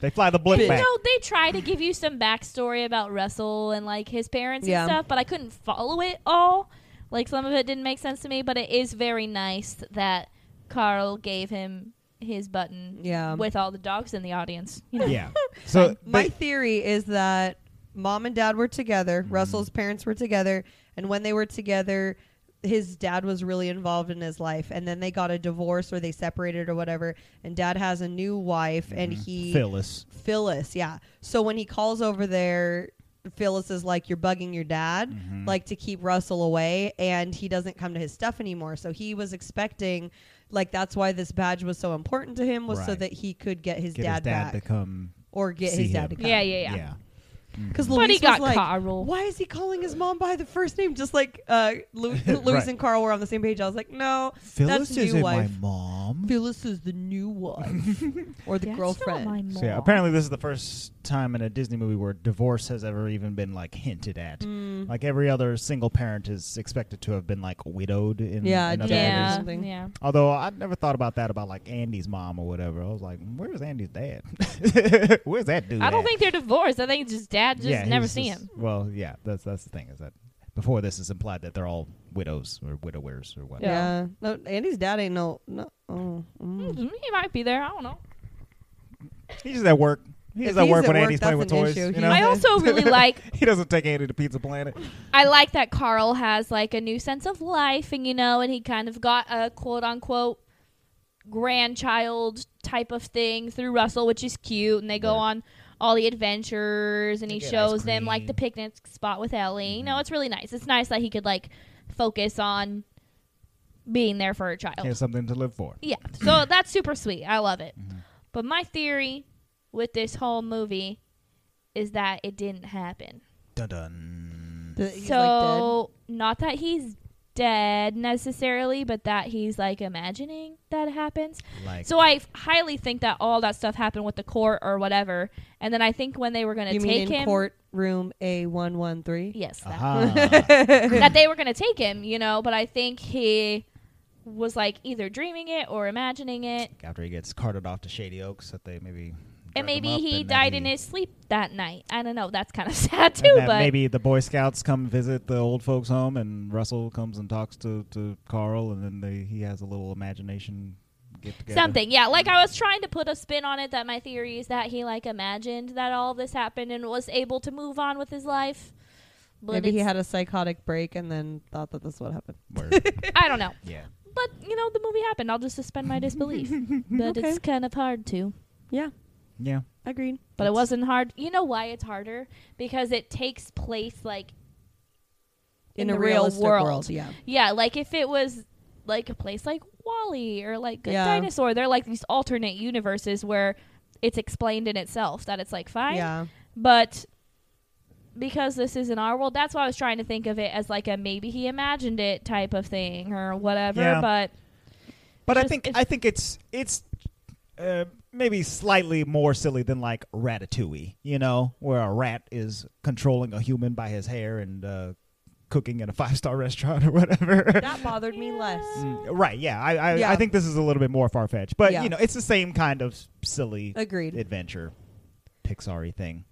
D: They fly the
C: And,
D: blimp
C: you
D: back.
C: know, they try to give you some backstory about Russell and like his parents
E: Yeah.
C: and stuff, but I couldn't follow it all. Like some of it didn't make sense to me, but it is very nice that Carl gave him his button
E: Yeah.
C: with all the dogs in the audience. You know?
D: Yeah. So
E: My
D: they-
E: theory is Mm-hmm. that mom and dad were together, Russell's parents were together, and when they were together, his dad was really involved in his life and then they got a divorce or they separated or whatever and dad has a new wife and he
D: Phyllis.
E: Phyllis, yeah. So when he calls over there, Phyllis is like, "You're bugging your dad,"
D: Mm-hmm.
E: like to keep Russell away, and he doesn't come to his stuff anymore. So he was expecting, like, that's why this badge was so important to him was so
D: Right.
E: that he could get his
D: Get
E: dad
D: his dad
E: back
D: to come.
E: or get
D: see
E: his dad
D: him. Mm-hmm.
E: to come.
C: Yeah, yeah, yeah.
E: Because
C: But he got
E: like,
C: Carl.
E: Why is he calling his mom by the first name? Just like uh, Lu- Louise
D: Right.
E: and Carl were on the same page. I was like, no,
D: Phyllis
E: that's
D: is
E: new wife.
D: my mom.
E: Phyllis is the new wife or
C: That's
E: the
C: not
E: girlfriend.
C: my
D: So yeah,
C: mom.
D: apparently this is the first time in a Disney movie where divorce has ever even been like hinted at.
E: Mm.
D: Like every other single parent is expected to have been like widowed in,
E: Yeah,
D: in other
E: yeah.
D: movies.
C: Yeah,
E: something.
C: yeah.
D: Although I never thought about that about like Andy's mom or whatever. I was like, where's Andy's dad? where's that dude?
C: I don't
D: at?
C: think they're divorced. I think just dad just
D: Yeah,
C: never
D: he's
C: see
D: just-
C: him.
D: Well, yeah, that's that's the thing is that before this is implied that they're all widows or widowers or whatever.
E: Yeah. No, Andy's dad ain't no. no oh, mm.
C: Mm, He might be there. I don't know.
D: He's just at work. He's
E: If
D: at
E: he's
D: work
E: at
D: when
E: work,
D: Andy's playing with
E: that's an
D: toys.
E: issue.
D: You
E: He-
D: know?
C: I also really like
D: he doesn't take Andy to Pizza Planet.
C: I like that Carl has like a new sense of life, and you know, and he kind of got a quote unquote grandchild type of thing through Russell, which is cute. And they go
D: Right.
C: on all the adventures, and
D: They
C: he
D: get ice
C: shows them
D: cream.
C: like
D: Mm-hmm.
C: the picnic spot with Ellie. You know, it's really nice. It's nice that he could like focus on being there for a child.
D: Here's something to live for.
C: Yeah. So that's super sweet. I love it.
D: Mm-hmm.
C: But my theory with this whole movie is that it didn't happen.
D: Dun dun.
E: Th- he's, like,
C: so not that he's dead necessarily, but that he's like imagining that it happens.
D: Like
C: So I f- highly think that all that stuff happened with the court or whatever, and then I think when they were
E: dead.
C: gonna
E: You
C: take
E: mean in
C: him,
E: courtroom A one one three?
C: yes, that,
D: aha.
C: that they were gonna take him, you know. But I think he was like either dreaming it or imagining it,
D: After he gets carted off to Shady Oaks, that they maybe. drug him
C: and maybe
D: up
C: he
D: and that
C: died
D: he-
C: in his sleep that night. I don't know. That's kind of sad
D: and
C: too,
D: that
C: but
D: maybe the Boy Scouts come visit the old folks' home, and Russell comes and talks to, to Carl, and then they, he has a little imagination get together.
C: Something, yeah. Like I was trying to put a spin on it that my theory is that he like imagined that all this happened and was able to move on with his life. But
E: Maybe he
C: it's-
E: had a psychotic break and then thought that this would happen.
D: Word.
C: I don't know.
D: yeah.
C: But you know, the movie happened. I'll just suspend my disbelief. but
E: Okay.
C: it's kind of hard to.
E: Yeah,
D: Yeah.
E: agreed.
C: But it
D: It's-
C: wasn't hard. You know why it's harder? Because it takes place like in, the real
E: realistic
C: world.
E: yeah.
C: Yeah, like if it was like a place like Wally or like Good
E: Yeah.
C: Dinosaur, they're like these alternate universes where it's explained in itself that it's like fine.
E: yeah.
C: but because this isn't our world that's why i was trying to think of it as like a maybe he imagined it type of thing or whatever
D: Yeah.
C: but
D: But I
C: Just
D: think
C: if-
D: I think it's it's uh, maybe slightly more silly than like Ratatouille, you know, where a rat is controlling a human by his hair and uh, cooking in a five star restaurant or whatever.
E: That bothered me less.
D: Mm, right? Yeah, I I,
E: Yeah.
D: I think this is a little bit more far fetched, but
E: Yeah.
D: you know, it's the same kind of s- silly
E: Agreed.
D: adventure, Pixar thing.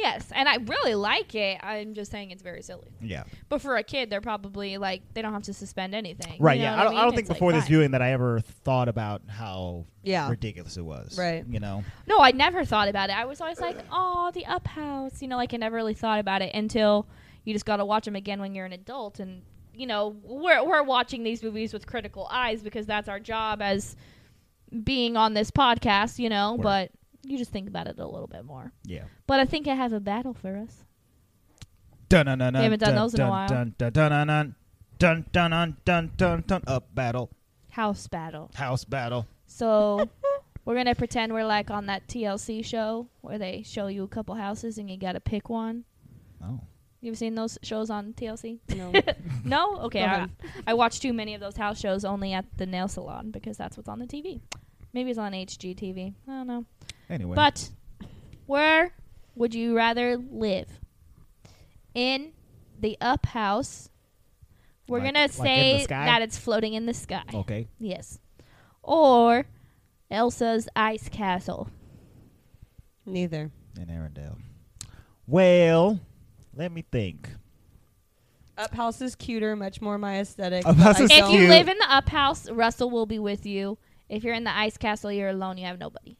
C: yes and i really like it i'm just saying it's very silly
D: Yeah,
C: but for a kid they're probably like they don't have to suspend anything
D: right.
C: You know
D: yeah,
C: what
D: I don't, I
C: mean?
D: don't think
C: It's, like,
D: before this
C: fine.
D: viewing that I ever thought about how
E: Yeah.
D: ridiculous it was.
E: Right.
D: You know.
C: no i never thought about it i was always like oh the up house you know like i never really thought about it until you just got to watch them again when you're an adult and you know we're, we're watching these movies with critical eyes because that's our job as being on this podcast you know
D: Word.
C: but you just think about it a little bit more
D: Yeah.
C: but i think i have a battle for us
D: Dun dun dun.
C: They haven't done those in a while.
D: Dun dun dun dun dun dun dun dun dun dun dun. Up battle,
C: house battle
D: house battle.
C: so we're gonna pretend we're like on that tlc show where they show you a couple houses and you gotta pick one
D: Oh,
C: you ever seen those shows on tlc
E: No.
C: No? Okay. I,
E: Okay.
C: I watch too many of those house shows only at the nail salon because that's what's on the TV. Maybe it's on HGTV. I don't know.
D: anyway.
C: But where would you rather live? In the up house. We're
D: Like-
C: going
D: like
C: to
D: in the
C: say
D: sky?
C: that it's floating in the sky.
D: okay,
C: Yes. Or Elsa's ice castle.
E: Neither.
D: in Arendelle. Well, let me think.
E: Up house is cuter, much more my aesthetic.
D: Up
E: but
D: house
E: I
D: is
C: If
E: don't-
C: you
D: Cute.
C: live in the up house, Russell will be with you. If you're in the ice castle, you're alone. You have nobody.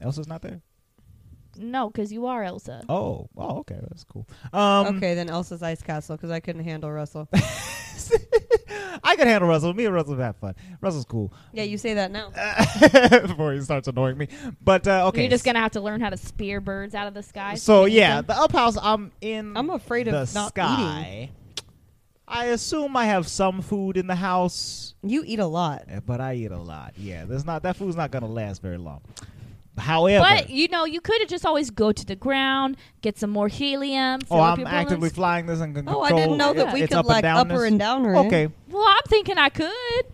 D: Elsa's not there.
C: No, because you are Elsa.
D: Oh, oh, okay, that's cool. Um,
E: Okay, then Elsa's ice castle because I couldn't handle Russell.
D: I could handle Russell. Me and Russell have fun. Russell's cool
E: Yeah, you say that now.
D: before he starts annoying me. But uh, okay,
C: You're just gonna have to learn how to spear birds out of the sky.
D: So
C: you need
D: yeah,
C: them.
D: the up house. I'm in.
E: I'm afraid of
D: the
E: not
D: sky. I assume I have some food in the house,
E: You eat a lot.
D: eh, but I eat a lot. Yeah, there's not that food's not gonna last very long. However,
C: but you know, you could have just always go to the ground, get some more helium. fill
D: oh,
C: up
D: I'm
C: your balloons.
D: actively flying this and can
E: Oh,
D: control.
E: I didn't know
D: it-
E: that we
D: it's
E: could
D: up and
E: like
D: down
E: upper and downer. eh? it.
D: Okay,
C: Well, I'm thinking I could.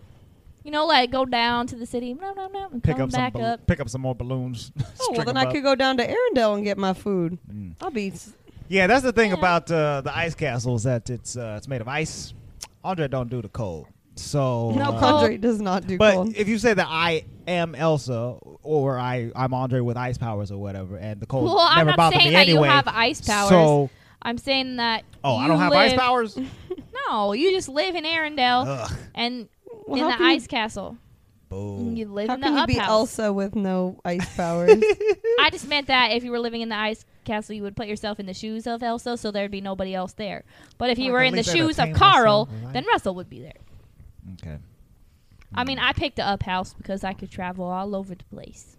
C: You know, like go down to the city, no, no, no, and
D: pick
C: come
D: up some
C: back
D: bal-
C: up.
D: pick up some more balloons.
E: Oh well,
D: string
E: then
D: 'em
E: I
D: up. Mm.
E: could go down to Arendelle and get my food. I'll be. s-
D: Yeah, that's the thing
C: Yeah.
D: about uh, the ice castle is that it's uh, it's made of ice. Andre don't do the cold, so
E: No,
D: uh,
E: Condre does not do
D: But
E: cold.
D: if you say that I am Elsa or I I'm Andre with ice powers or whatever, and the cold
C: Well,
D: never
C: I'm not
D: bothered
C: saying
D: me
C: that
D: anyway.
C: you have ice powers.
D: So,
C: I'm saying that.
D: oh, I
C: you
D: don't have ice
C: live-
D: powers.
C: No, you just live in Arendelle
D: Ugh,
C: and
E: Well,
C: in
E: how
C: the
E: can you-
C: ice castle.
D: boo.
C: You live
E: How
C: in the
E: can you
C: up
E: be
C: house.
E: Elsa with no ice powers?
C: I just meant that if you were living in the ice castle, you would put yourself in the shoes of Elsa, so there'd be nobody else there. But if you
D: Well, I
C: were
D: can
C: in the
D: at least
C: shoes of
D: entertain
C: Carl,
D: myself, right?
C: then Russell would be there.
D: Okay.
C: I mean, I picked the up house because I could travel all over the place.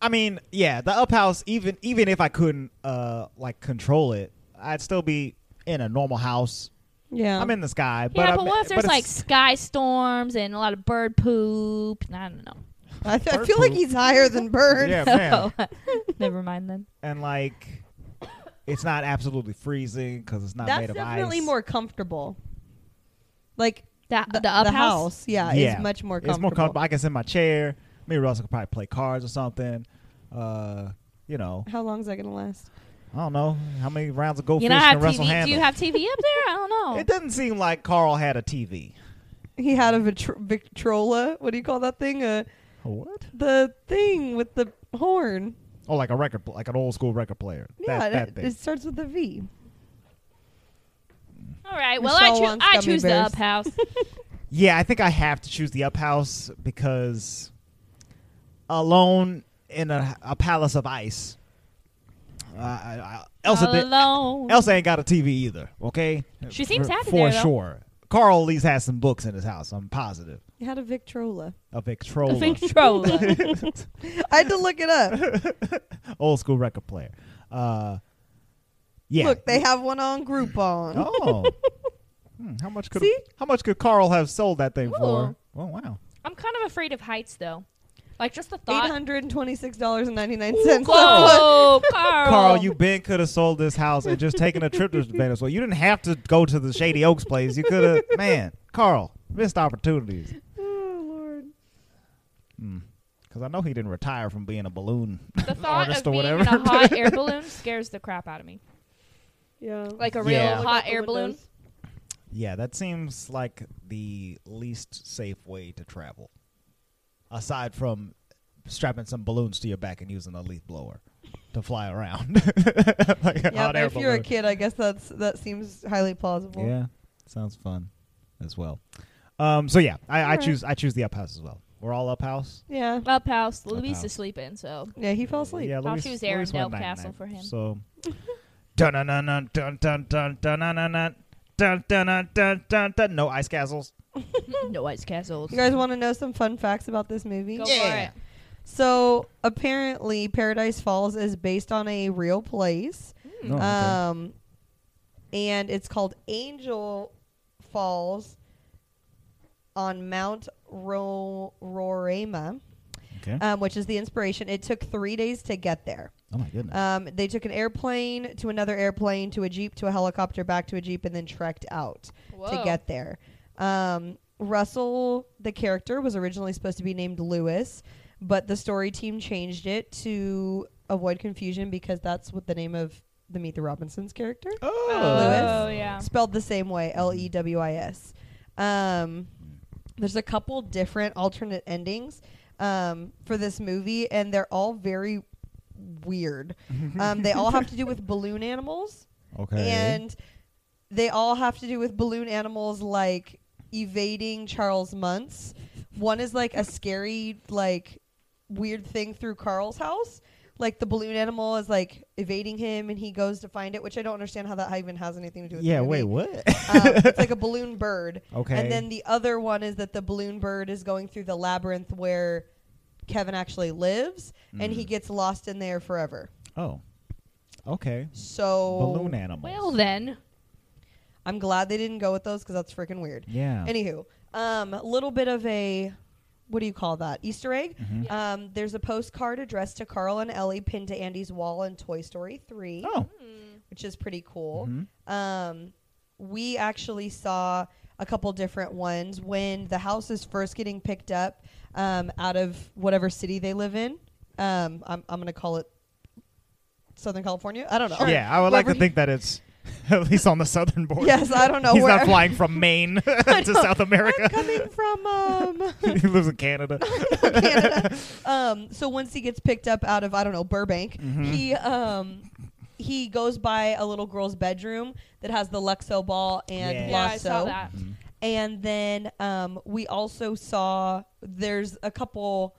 D: I mean, yeah, the up house. Even even if I couldn't uh like control it, I'd still be in a normal house.
E: yeah.
D: I'm in the sky, but
C: Oh. yeah,
D: I'm-
C: but what if
D: but
C: there's like
D: it's-
C: sky storms and a lot of bird poop? And I don't know.
E: I, th- I
D: Bird
E: feel like
D: poop.
E: he's higher than bird.
D: yeah, man.
C: Never mind then.
D: and like it's not absolutely freezing because it's not made
E: That's
D: of
E: definitely
D: ice.
E: more comfortable. Like
C: That
E: Uh, the,
C: the, up
E: the
C: house.
E: house, yeah,
D: Yeah.
E: is uh, much more comfortable.
D: It's more comfortable. I can sit in my chair. Me and Russell could probably play cards or something. Uh, you know,
E: How long is that going to last?
D: I don't know how many rounds of goldfish
C: You don't have
D: can Russell
C: TV. Do
D: handle.
C: you have TV up there? I don't know.
D: it doesn't seem like Carl had a TV.
E: He had a vitro- Victrola. What do you call that thing? Uh,
D: What?
E: the thing with the horn.
D: Oh, like a record, pl- like an old school record player.
E: Yeah,
D: that, that
E: it,
D: thing.
E: it starts with a V.
C: All right.
E: Your
C: Well, I,
E: soul
C: choo-
E: wants
C: I
E: gummy
C: choose the
E: bears.
C: up house.
D: Yeah, I think I have to choose the up house because alone in a, a palace of ice. Uh, I, I, Elsa, did,
C: Alone.
D: Elsa ain't got a TV either. Okay,
C: She seems
D: for,
C: happy
D: for
C: there, though.
D: sure. Carl at least has some books in his house. I'm positive.
E: He had a Victrola.
D: A Victrola,
C: Controller.
E: I had to look it up.
D: old school record player. Uh, yeah.
E: Look, they have one on Groupon.
D: oh. Hmm, how much could
E: See?
D: how much could Carl have sold that thing for?
C: Ooh.
D: Oh wow.
C: I'm kind of afraid of heights, though. Like just the
E: Eight
C: thought.
E: hundred and twenty-six dollars and ninety-nine cents.
C: Whoa, Carl.
D: Carl, you Ben could have sold this house and just taken a trip to Venezuela. You didn't have to go to the Shady Oaks place. You could have, man. Carl missed opportunities
E: Oh Lord!
D: because I know he didn't retire from being a balloon
C: the thought
D: artist
C: of
D: or
C: being
D: whatever.
C: in a hot air balloon scares the crap out of me.
E: Yeah.
C: Like a real
D: Yeah.
C: hot air balloon.
D: Yeah, that seems like the least safe way to travel. Aside from strapping some balloons to your back and using a leaf blower to fly around. like a
E: Yeah,
D: hot
E: but
D: air
E: if you're a
D: balloon.
E: kid, I guess that's that seems highly plausible.
D: Yeah. Sounds fun as well. Um, so yeah, I, I
E: Alright.
D: choose I choose the up house as well. We're all up house.
E: Yeah.
C: Up house.
D: Up
C: Luis
D: house.
C: is sleeping, so.
E: Yeah, he fell asleep.
D: Yeah,
C: I'll
D: Luis-
C: choose
D: Luis went
C: Arendelle
D: night
C: Castle
D: night.
C: for him.
D: So dun dun dun dun dun dun dun dun dun dun dun dun dun dun dun no ice castles.
C: no ice castles.
E: You guys want to know some fun facts about this movie?
C: Go
D: Yeah.
C: for it.
E: So apparently, Paradise Falls is based on a real place,
D: No, okay.
E: um, and it's called Angel Falls on Mount Ro- Roraima,
D: okay.
E: um, which is the inspiration. It took three days to get there.
D: oh my goodness.
E: Um, they took an airplane to another airplane to a jeep to a helicopter back to a jeep and then trekked out to
C: Whoa.
E: get there. Um, Russell, the character, was originally supposed to be named Lewis, but the story team changed it to avoid confusion because that's what the name of the Meet the Robinsons character
C: Oh, yeah.
E: spelled the same way
D: Mm-hmm.
E: L E W I S. Um, there's a couple different alternate endings um, for this movie, and they're all very weird.
D: Mm-hmm.
E: Um, they all have to do with balloon animals,
D: Okay.
E: and they all have to do with balloon animals like evading Charles Muntz. One is like a scary, like weird thing through Carl's house. like the balloon animal is like evading him, and he goes to find it, which I don't understand how that even has anything to do with.
D: Yeah,
E: the
D: wait, what?
E: movie. um, it's like a balloon bird.
D: Okay.
E: And then the other one is that the balloon bird is going through the labyrinth where Kevin actually lives, and
D: Mm.
E: he gets lost in there forever.
D: oh. Okay.
E: So
D: Balloon animals.
C: Well then,
E: I'm glad they didn't go with those because that's freaking weird.
D: Yeah.
E: Anywho, um, a little bit of a what do you call that Easter egg?
D: Mm-hmm.
E: Um, there's a postcard addressed to Carl and Ellie pinned to Andy's wall in Toy Story Three,
D: oh.
E: which is pretty cool.
D: Mhm.
E: Um, we actually saw a couple different ones when the house is first getting picked up um, out of whatever city they live in. Um, I'm, I'm going to call it Southern California. I don't know.
D: Yeah, I would like to
E: Wherever-
D: think that it's at least on the southern border.
E: Yes, I don't know
D: He's not
E: where-
D: flying from Maine to South America.
E: coming from um,
D: he lives in Canada.
E: Canada. Um, so once he gets picked up out of I don't know Burbank,
D: Mm-hmm.
E: he um, he goes by a little girl's bedroom that has the Lexo ball and
D: Yeah.
E: Lasso.
C: yeah, I saw that.
D: Mm-hmm.
E: And then um, we also saw there's a couple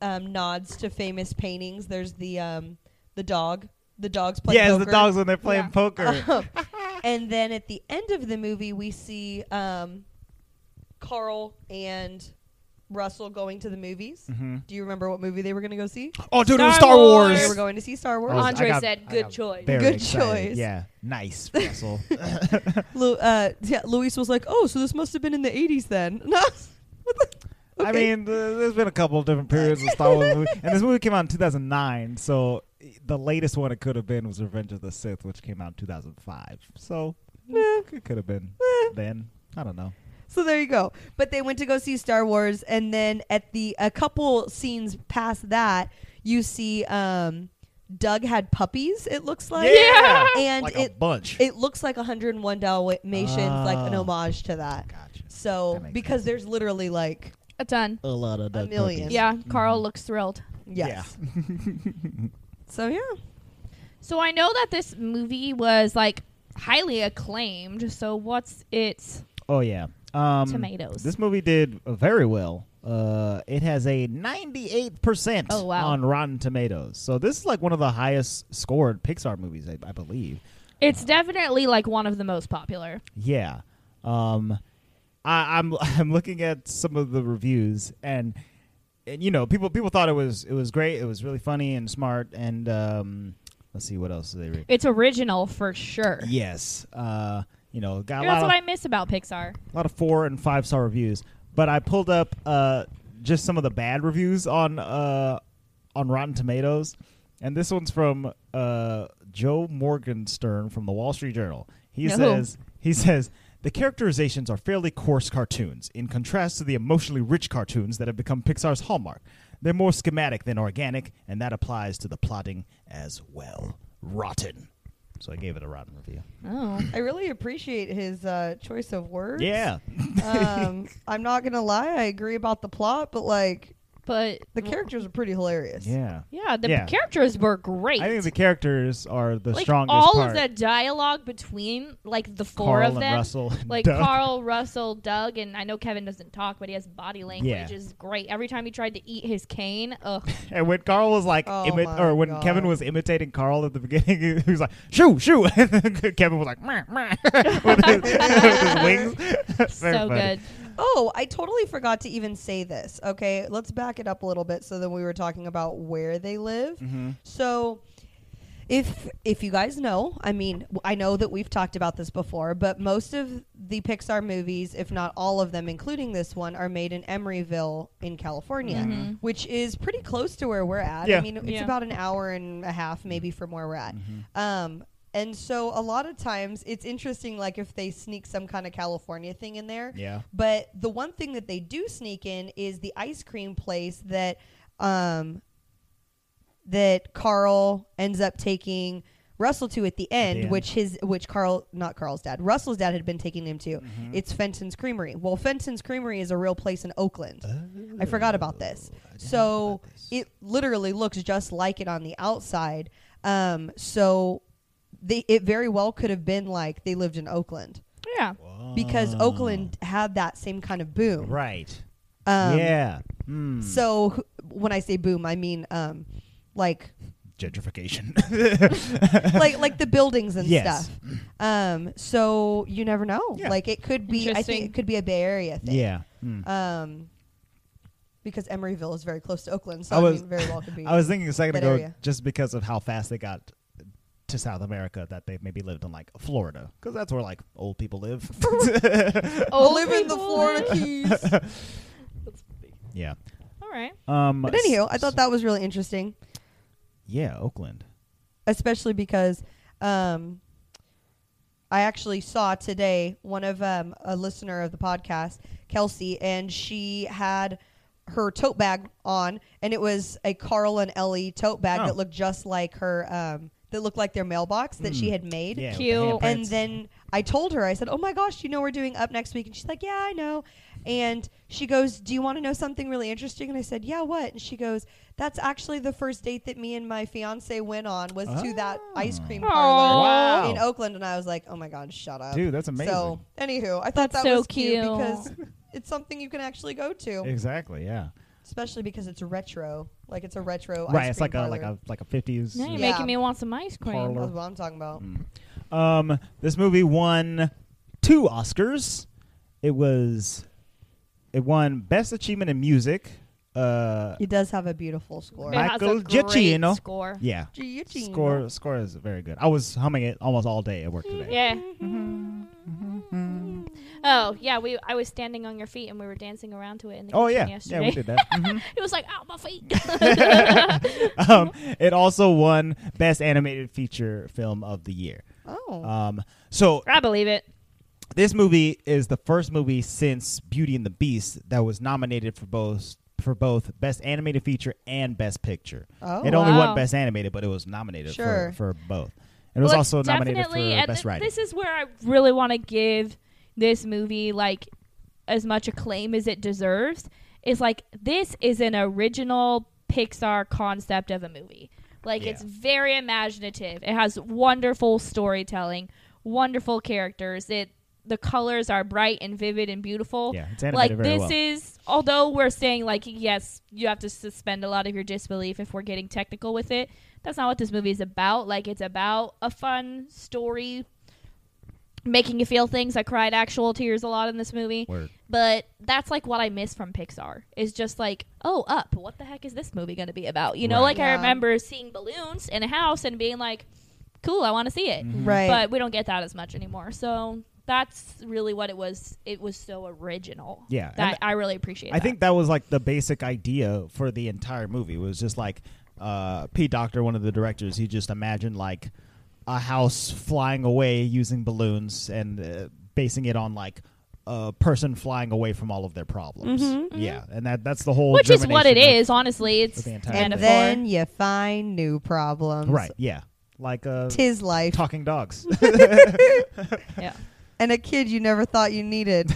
E: um, nods to famous paintings. There's the um, the dog. The dogs playing
D: yes,
E: poker. Uh,
D: the dogs when they're playing
C: Yeah.
D: poker.
E: and then at the end of the movie, we see um, Carl and Russell going to the movies.
D: Mhm.
E: Do you remember what movie they were going to go see?
D: Oh, dude, it was
C: Star
D: Star
C: Wars.
D: Wars.
E: They were going to see Star Wars.
D: I was- I
C: Andre
D: got-
C: said,
D: I
C: "Good
D: got
C: choice."
D: very
E: Good
D: excited.
E: choice.
D: Yeah, nice, Russell.
E: Lu- uh, yeah, Luis was like, "Oh, so this must have been in the '80s then." No.
D: I mean, th- there's been a couple of different periods of Star Wars movies, and this movie came out in 2009. So e, the latest one it could have been was Revenge of the Sith, which came out in 2005. So eh, it could have been
E: Eh.
D: then. I don't know.
E: so there you go. But they went to go see Star Wars, and then at the a couple scenes past that, you see um, Doug had puppies. It looks like
C: Yeah.
E: and
D: like a
E: it
D: bunch.
E: it looks like 101 Dalmatians, like an
D: Oh.
E: homage to that.
D: gotcha.
E: So
D: That makes
E: because there's literally like
C: A ton.
F: A lot of
E: a million,
C: Yeah,
D: Mm-hmm.
C: Carl looks thrilled.
E: yes. so yeah,
C: So I know that this movie was like highly acclaimed. So what's its
D: Oh yeah. Um,
C: Tomatoes.
D: This movie did very well. Uh, it has a 98%
C: Oh, wow.
D: on Rotten Tomatoes. So this is like one of the highest scored Pixar movies, I, I believe.
C: It's definitely like one of the most popular.
D: Yeah. Um, I, I'm I'm looking at some of the reviews and, and you know people people thought it was it was great. It was really funny and smart and um, let's see what else they. Re-
C: It's original for sure.
D: yes. Uh, you know, got a lot
C: That's
D: of
C: what I miss about Pixar.
D: a lot of four and five star reviews. But I pulled up uh, just some of the bad reviews on uh, on Rotten Tomatoes, and this one's from uh, Joe Morgenstern from the Wall Street Journal. He
C: No.
D: says he says the characterizations are fairly coarse cartoons in contrast to the emotionally rich cartoons that have become Pixar's hallmark. They're more schematic than organic, and that applies to the plotting as well. Rotten. So I gave it a rotten review.
C: Oh,
E: I really appreciate his uh, choice of words.
D: Yeah.
E: um, I'm not gonna lie, I agree about the plot, but like
C: but
E: the characters are pretty hilarious.
D: Yeah.
C: yeah, the
D: Yeah.
C: characters were great.
D: I think the characters are the
C: like
D: strongest
C: all
D: part.
C: of the dialogue between like the four
D: Carl
C: of
D: and
C: them,
D: Russell and
C: like
D: Doug.
C: Carl, Russell, Doug, and I know Kevin doesn't talk, but he has body language
D: Yeah.
C: is great. Every time he tried to eat his cane, ugh.
D: and when Carl was like,
E: Oh
D: imi-
E: my
D: or when
E: God.
D: Kevin was imitating Carl at the beginning, he was like, "Shoo, shoo!" And then Kevin was like, "Meh, meh," with, his, with his wings. Very
C: so
D: funny.
C: good.
E: Oh, I totally forgot to even say this. Okay, let's back it up a little bit so then we were talking about where they live.
D: Mm-hmm.
E: So if if you guys know, I mean, w- I know that we've talked about this before, but most of the Pixar movies, if not all of them, including this one, are made in Emeryville in California, which is pretty close to where we're at. I
D: Yeah.
E: mean, it's
C: Yeah.
E: about an hour and a half maybe from where we're at.
D: Mm-hmm.
E: Um, and so a lot of times it's interesting, like if they sneak some kind of California thing in there.
D: Yeah.
E: But the one thing that they do sneak in is the ice cream place that um, that Carl ends up taking Russell to at the end,
D: end.
E: which his which Carl not Carl's dad, Russell's dad had been taking him to. It's Fenton's Creamery. Well, Fenton's Creamery is a real place in Oakland. Oh, I forgot about this. So it literally looks just like it on the outside. Um, so they, it very well could have been like they lived in Oakland
C: Yeah,
E: because Oakland had that same kind of boom.
D: Ah. Right.
E: Um,
D: yeah. Mm.
E: So wh- when I say boom, I mean um, like
D: gentrification.
E: like like the buildings and
D: Yes.
E: stuff. Um, so you never know.
D: Yeah.
E: Like it could be. I think
C: Interesting.
E: it could be a Bay Area thing.
D: yeah. Mm.
E: Um, because Emeryville is very close to Oakland, so
D: I
E: I,
D: was-
E: mean, very well could be.
D: I was thinking a second
E: that
D: ago,
E: area.
D: just because of how fast they got to South America, that they maybe lived in like Florida, because that's where like old people live.
E: I
C: Old
E: live in the
C: people
E: Florida
C: live-
E: Keys.
D: yeah.
C: All right.
D: Um.
E: But anyhow, I thought that was really interesting,
D: Yeah, Oakland.
E: especially because um, I actually saw today one of um, a listener of the podcast, Kelsey, and she had her tote bag on, and it was a Carl and Ellie tote bag
D: Oh.
E: that looked just like her, um, that looked like their mailbox that she had made.
D: Hmm. Yeah. with the
C: Cute.
D: handprints.
E: And then I told her, I said, Oh my gosh, you know we're doing up next week? And she's like, Yeah, I know. And she goes, Do you want to know something really interesting? And I said, Yeah, what? And she goes, That's actually the first date that me and my fiance went on was to that ice cream
C: Oh.
E: parlor
D: Wow.
E: in Oakland. And I was like, Oh my God, shut up.
D: dude, that's amazing.
E: So, anywho, I thought
C: That's
E: that
C: so
E: was cute,
C: cute.
E: because it's something you can actually go to,
D: exactly. Yeah.
E: especially because it's retro. Like it's a retro ice
D: Right. It's
E: cream
D: like a like
E: parlor.
D: a like a fifties.
C: Now you're
E: Yeah.
C: making me want some ice cream.
D: Parlor. Mm.
E: That's what I'm talking about.
D: Um, this movie won two Oscars. It was it won Best Achievement in Music. Uh,
E: It does have a beautiful score.
C: It has a
D: Michael
C: great
D: Giacchino.
C: Score.
D: yeah,
E: Giacchino.
D: score score is very good. I was humming it almost all day at work
E: Mm,
D: today.
C: Yeah.
D: Mm-hmm.
C: Oh yeah, we I was standing on your feet and we were dancing around to it in the
D: Oh
C: kitchen
D: yeah,
C: yesterday.
D: yeah, we did that. Mhm.
C: it was like ow my feet.
D: um, it also won Best Animated Feature Film of the Year.
E: Oh.
D: Um, so
C: I believe it.
D: this movie is the first movie since Beauty and the Beast that was nominated for both for both Best Animated Feature and Best Picture.
E: Oh.
D: it only won
C: Wow.
D: Best Animated, but it was nominated
E: Sure.
D: for, for both. And it was
C: Well,
D: also nominated for
C: definitely- and
D: Best
C: th-
D: Writing.
C: This is where I really want to give this movie like as much acclaim as it deserves. Is like this is an original Pixar concept of a movie. Like it's
D: Yeah.
C: very imaginative. It has wonderful storytelling, wonderful characters. It the colors are bright and vivid and beautiful.
D: yeah, it's animated
C: like
D: very
C: this
D: well.
C: is although we're saying like yes you have to suspend a lot of your disbelief if we're getting technical with it that's not what this movie is about like it's about a fun story making you feel things i cried actual tears a lot in this movie
D: Word.
C: but that's like what i miss from pixar is just like oh up what the heck is this movie going to be about you know
D: Right.
C: like i
E: Yeah.
C: remember seeing balloons in a house and being like cool i want to see it
D: Mm-hmm.
E: Right.
C: but we don't get that as much anymore. So that's really what it was. It was so original.
D: Yeah,
C: that
D: and
C: I really appreciate.
D: I
C: that.
D: think that was like the basic idea for the entire movie. It was just like uh, Pete Doctor, one of the directors, he just imagined like a house flying away using balloons and uh, basing it on like a person flying away from all of their problems. Yeah, and that that's the whole
C: Mm-hmm, which is what it
D: germination of-
C: is. Honestly, it's
D: the entire
E: and
C: metaphor.
E: then you find new problems.
D: right? Yeah, like uh,
E: Tis life.
D: talking dogs.
C: yeah.
E: And a kid you never thought you needed.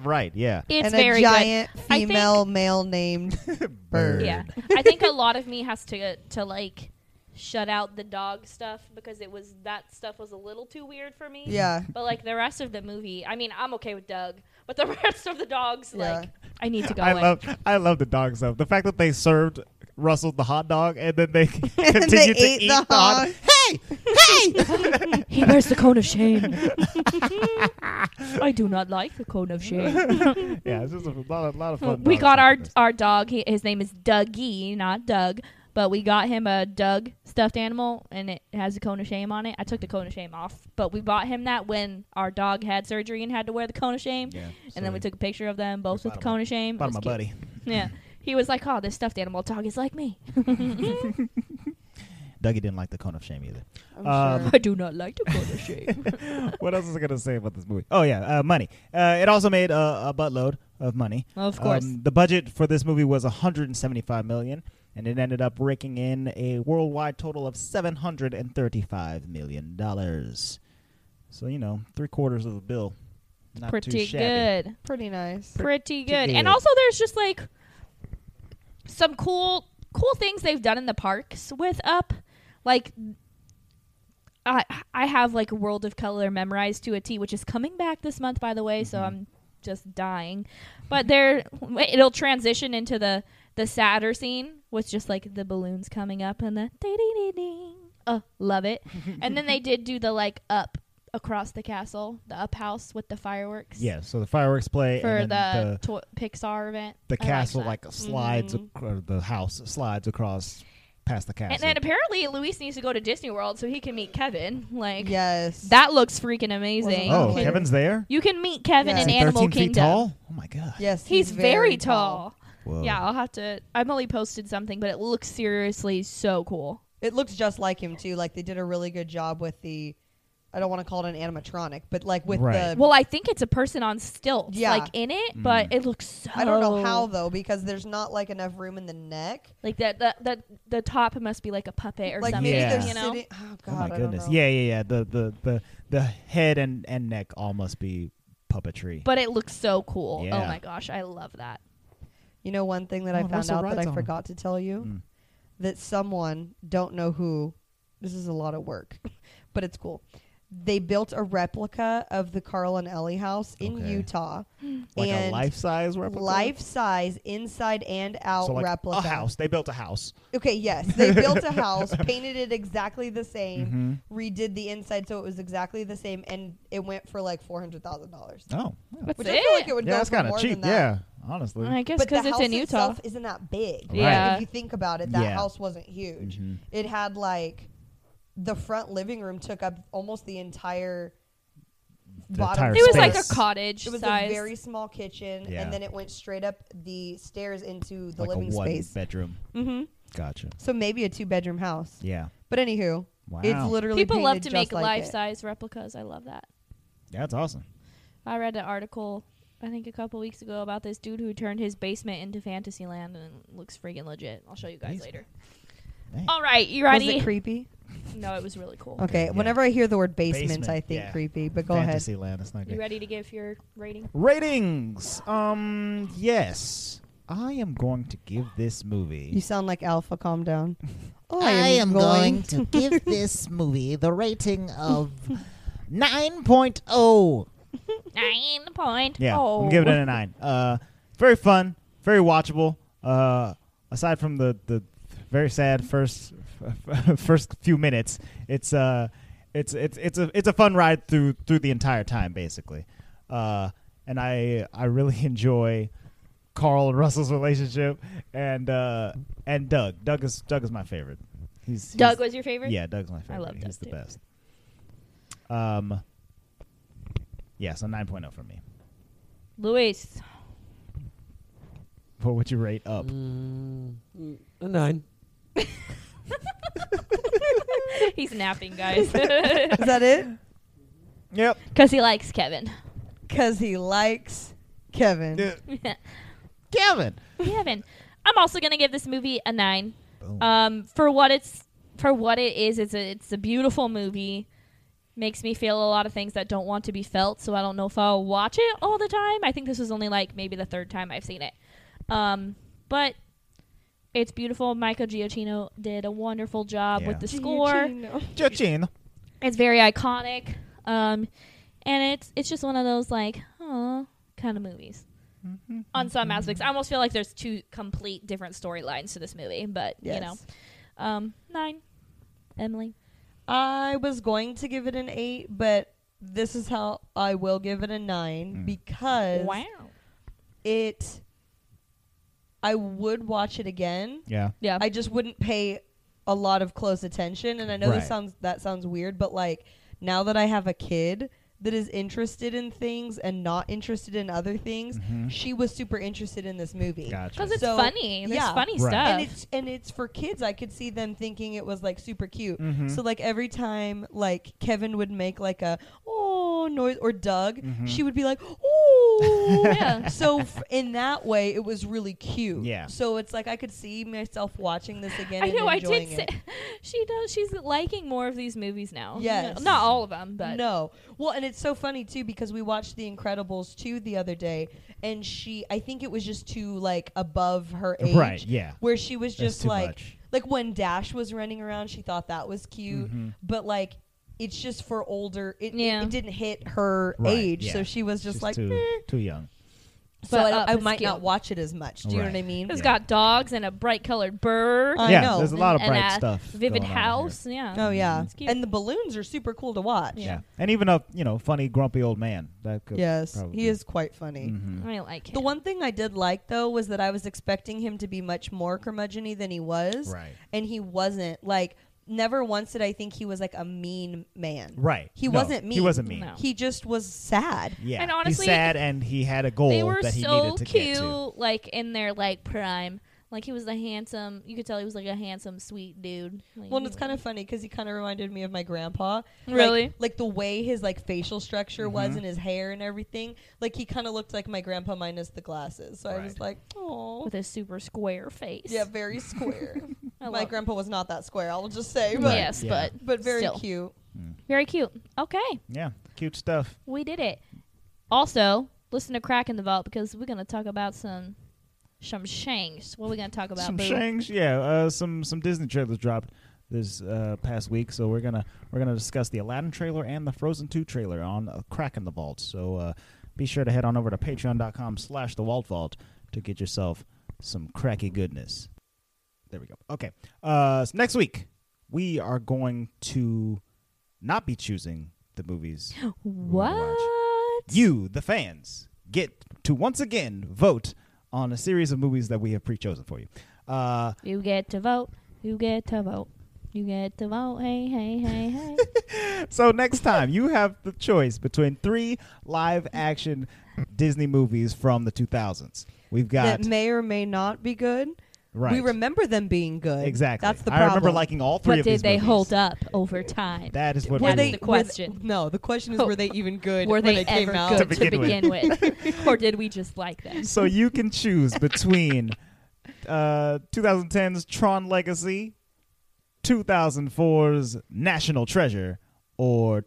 D: right? Yeah.
C: it's
E: and
C: very
E: a giant
C: good. I think-
E: female male named bird.
C: yeah, I think a lot of me has to to like shut out the dog stuff because it was that stuff was a little too weird for me.
E: Yeah.
C: But like the rest of the movie, I mean, I'm okay with Doug, but the rest of the dogs,
E: Yeah.
C: like, I need to go
D: I
C: away.
D: love I love the dog stuff. The fact that they served Russell the hot dog and then they continued
E: they
D: to
E: ate
D: eat
E: the
D: the hot.
E: hog.
D: Hey, hey!
C: He wears the cone of shame. I do not like the cone of shame.
D: yeah, it's just a lot, a lot of fun.
C: we
D: dog
C: got
D: stuff
C: our
D: in this.
C: our dog. He, his name is Dougie, not Doug, but we got him a Doug stuffed animal, and it has a cone of shame on it. I took the cone of shame off, but we bought him that when our dog had surgery and had to wear the cone of shame.
D: Yeah,
C: and then we took a picture of them both with
D: bought
C: the
D: him
C: cone of shame. It
D: Thought of
C: was
D: my
C: cute.
D: buddy.
C: Yeah. He was like, "Oh, this stuffed animal dog is like me.
D: Dougie didn't like the cone of shame either.
E: I'm
D: Um,
E: sure.
C: I do not like the cone of shame."
D: what else is I gonna say about this movie? Oh yeah, uh, money. Uh, it also made uh, a buttload of money.
C: Of course.
D: Um, the budget for this movie was 175 million, and it ended up raking in a worldwide total of 735 million dollars. So you know, three quarters of the bill. Not too
C: Pretty
D: shabby.
C: good.
E: Pretty nice.
C: pretty good.
D: good.
C: And also, there's just like some cool, cool things they've done in the parks with Up. Like, I I have like World of Color memorized to a T, which is coming back this month, Mm-hmm. by the way. So I'm just dying. But there, it'll transition into the The sadder scene was just like the balloons coming up and the ding ding ding. Oh, love it. and then they did do the like up across the castle, the up house with the fireworks.
D: Yeah, so the fireworks play
C: For
D: and then
C: the, to- Pixar event.
D: the
C: I liked
D: castle
C: that. Mm-hmm.
D: like slides acro- the house slides across past the castle.
C: And then apparently Luis needs to go to Disney World so he can meet Kevin. Like
E: Yes.
C: that looks freaking amazing.
D: oh,
C: You can-
D: Kevin's there.
C: You can meet Kevin
E: Yeah.
C: in
D: Is he
C: Animal
D: 13 feet
C: Kingdom.
D: tall? Oh my god.
E: yes.
C: He's, very, tall.
D: Whoa.
C: Yeah, I'll have to. I've only posted something, but it looks seriously so cool.
E: It looks just like him too. Like they did a really good job with the. I don't want to call it an animatronic, but like with
D: Right.
E: the.
C: Well, I think it's a person on stilts,
E: Um, Yeah.
C: like in it,
D: Mm.
C: but it looks so.
E: I don't know
C: oh.
E: how though because there's not like enough room in the neck.
C: Like that, the, the the top must be like a puppet or
E: Like
C: something.
E: maybe
D: Yeah.
E: they're
C: You know,
E: sitting. Oh
D: Oh
E: god!
D: my
E: I
D: goodness.
E: Don't know.
D: Yeah, yeah, yeah. The the the the head and and neck all must be puppetry.
C: but it looks so cool. Oh
D: Yeah.
C: my gosh, I love that.
E: You know one thing that
D: Oh,
E: I
D: and
E: found
D: Russell
E: out that
D: rides
E: I
D: on 'em.
E: forgot to tell you
D: Mm.
E: that someone don't know who. This is a lot of work, but it's cool. They built a replica of the Carl and Ellie house in
D: Okay.
E: Utah,
D: like
E: and
D: a life size replica.
E: life size, inside and out
D: so like
E: replica
D: a house. They built a house.
E: Okay, yes. They built a house, painted it exactly the same,
D: Mhm.
E: redid the inside so it was exactly the same, and it went for like four hundred thousand dollars.
D: Oh, yeah.
E: Which I
C: That's
E: feel
C: it.
E: like it would
D: yeah,
E: go
D: that's
E: for
D: kind of
E: more
D: cheap.
E: than that.
D: Yeah, honestly.
C: I guess
E: But
C: because
E: the
C: it's
E: house
C: in Utah.
E: itself isn't that big.
D: Right.
C: Yeah.
E: If you think about it, that
D: Yeah.
E: house wasn't huge.
D: Mhm.
E: It had like the front living room took up almost the entire
D: The
E: bottom.
D: entire
C: It was like a
D: space.
C: cottage
E: It was
C: size.
E: a very small kitchen,
D: Yeah.
E: and then it went straight up the stairs into the
D: like
E: living
D: a one
E: space.
D: bedroom.
C: Mm-hmm.
E: hmm
D: Gotcha.
E: So maybe a two bedroom house.
D: Yeah.
E: But anywho,
D: Wow.
E: it's literally
C: People love
E: painted
C: to
E: just
C: make
E: like
C: life
E: it.
C: size replicas. I love that.
D: That's awesome.
C: I read an article, I think a couple weeks ago, about this dude who turned his basement into Fantasyland, and it looks freaking legit. I'll show you guys
D: He's-
C: later.
D: Dang.
C: All right, you
E: Was
C: ready?
E: it creepy?
C: no, it was really cool.
E: Okay.
D: yeah.
E: Whenever I hear the word basement,
D: Basement,
E: I think
D: yeah.
E: creepy. But go ahead.
D: Fantasyland. It's not
C: You
D: good.
C: ready to give your rating?
D: Ratings. Um. Yes. I am going to give this movie.
E: You sound like Alpha. Calm down. Oh,
F: I am going to give this movie the rating of oh. 9.0.
C: Nine point.
D: Yeah,
C: oh.
D: I'm giving it a nine. Uh, very fun, very watchable. Uh, aside from the the very sad first first few minutes, it's uh, it's it's it's a it's a fun ride through through the entire time basically. Uh, and I I really enjoy Carl and Russell's relationship and uh and Doug. Doug is Doug is my favorite. He's, he's
C: Doug was your favorite.
D: yeah, Doug's my favorite.
C: love
D: He's the
C: Doug,
D: best.
C: too.
D: Um. Yeah, so 9.0 for me.
C: Luis.
D: What would you rate up?
A: Mm, a nine.
C: He's napping, guys,
E: Is that it?
D: Yep.
C: because he likes Kevin.
E: Because he likes Kevin.
D: Kevin.
C: Kevin. I'm also gonna give this movie a nine.
D: Boom.
C: Um, for what it's for what it is, it's a it's a beautiful movie. Makes me feel a lot of things that don't want to be felt, so I don't know if I'll watch it all the time. I think this was only like maybe the third time I've seen it. Um, but it's beautiful. Michael Giacchino did a wonderful job
D: Yeah.
C: with the score.
D: Giacchino.
C: It's very iconic. Um, and it's it's just one of those like, oh, kind of movies. On some aspects, I almost feel like there's two complete different storylines to this movie, but you
E: Yes.
C: know, um, nine, Emily.
E: I was going to give it an eight, but this is how I will give it a nine
D: Mm.
E: because
C: Wow.
E: it. I would watch it again.
D: Yeah.
C: Yeah.
E: I just wouldn't pay a lot of close attention. And I know
D: Right.
E: this sounds that sounds weird, but like now that I have a kid that is interested in things and not interested in other things,
D: Mhm.
E: she was super interested in this movie.
D: Gotcha.
C: because it's
E: So,
C: funny. There's
E: yeah.
C: funny
D: Right.
C: stuff.
E: And it's and it's for kids. I could see them thinking it was like super cute.
D: Mhm.
E: So like every time like Kevin would make like a oh noise or Doug,
D: Mhm.
E: she would be like oh
C: Yeah.
E: So f- in that way, it was really cute.
D: Yeah.
E: So it's like I could see myself watching this again.
C: I know.
E: And
C: I
E: enjoying
C: did
E: it.
C: say she does. She's liking more of these movies now. You
E: Yes.
C: know, not all of them, but
E: No. Well, and it's so funny too because we watched The Incredibles 2 the other day and she I think it was just too like above her age.
D: Right, yeah.
E: Where she was
D: That's
E: just
D: too
E: like
D: much.
E: like when Dash was running around, she thought that was cute,
D: Mhm.
E: but like it's just for older. It, it-
C: Yeah.
E: it, didn't hit her
D: Right,
E: age,
D: yeah.
E: so she was just
D: She's
E: like
D: too,
E: "Eh."
D: too young.
E: so
C: But
E: I,
C: up
E: I
C: is
E: might
C: cute.
E: not watch it as much. Do you know
D: Right.
E: what I mean?
C: It's got dogs and a bright colored bird.
E: I
D: yeah,
E: know.
D: there's a lot of
C: and
D: bright
C: a
D: stuff. going
C: Vivid
D: on here.
C: house. Yeah.
E: Oh yeah,
C: It's cute.
E: and the balloons are super cool to watch.
D: Yeah. and even a you know funny grumpy old man. That could
E: Yes,
D: probably-
E: he is quite funny.
D: Mhm.
C: I like it.
E: Oh. The one thing I did like though was that I was expecting him to be much more curmudgeony than he was,
D: Right.
E: and he wasn't. Like never once did I think he was like a mean man.
D: Right.
E: He
D: No,
E: wasn't mean.
D: He wasn't mean.
C: No.
E: He just was sad.
D: Yeah.
C: And honestly,
D: he's sad, and he had a goal
C: they were
D: that he
C: so
D: needed to
C: cute,
D: get to.
C: like in their like prime. Like he was a handsome. You could tell he was like a handsome, sweet dude. Like,
E: Well, and it's kind of funny because he kind of reminded me of my grandpa. Like-
C: Really?
E: Like, the way his like facial structure
D: Mm-hmm.
E: was and his hair and everything. Like he kind of looked like my grandpa minus the glasses. So I was like, oh.
C: with a super square face.
E: Yeah, very square.
C: I
E: my
C: love-
E: grandpa was not that square, I'll just say. But,
C: Yes,
D: yeah.
C: but
E: but very
C: still.
E: cute.
C: Very cute. Okay,
D: Yeah, cute stuff.
C: we did it. Also, listen to Crack in the Vault because we're gonna talk about some some shanks. What are we gonna talk about?
D: some
C: boo?
D: shanks, yeah. Uh, some some Disney trailers dropped this uh, past week, so we're gonna we're gonna discuss the Aladdin trailer and the Frozen Two trailer on uh, Crack in the Vault. So uh, be sure to head on over to Patreon.com/slash The Walt Vault to get yourself some cracky goodness. There we go. Okay. Uh, so next week we are going to not be choosing the movies
C: What?
D: you, the fans, get to once again vote on a series of movies that we have pre-chosen for you. Uh,
C: You get to vote. You get to vote. You get to vote. Hey, hey, hey, hey.
D: so next time you have the choice between three live-action Disney movies from the 2000s. We've got
E: That may or may not be good.
D: right,
E: We remember them being good.
D: exactly.
E: That's the
D: I
E: problem.
D: remember liking all three
C: but
D: of
C: did
D: these
C: they
D: movies.
C: hold up over time?
D: That is what
E: were
D: we
E: they
C: the
E: were they-
C: question.
E: no, the question is,
C: Oh.
E: were they even good?
C: Were
E: when
C: they,
E: came
C: ever
E: out?
C: good
D: To
C: to
D: begin
C: begin with, or did we just like them?
D: so you can choose between uh, 2010's Tron Legacy, 2004's National Treasure, or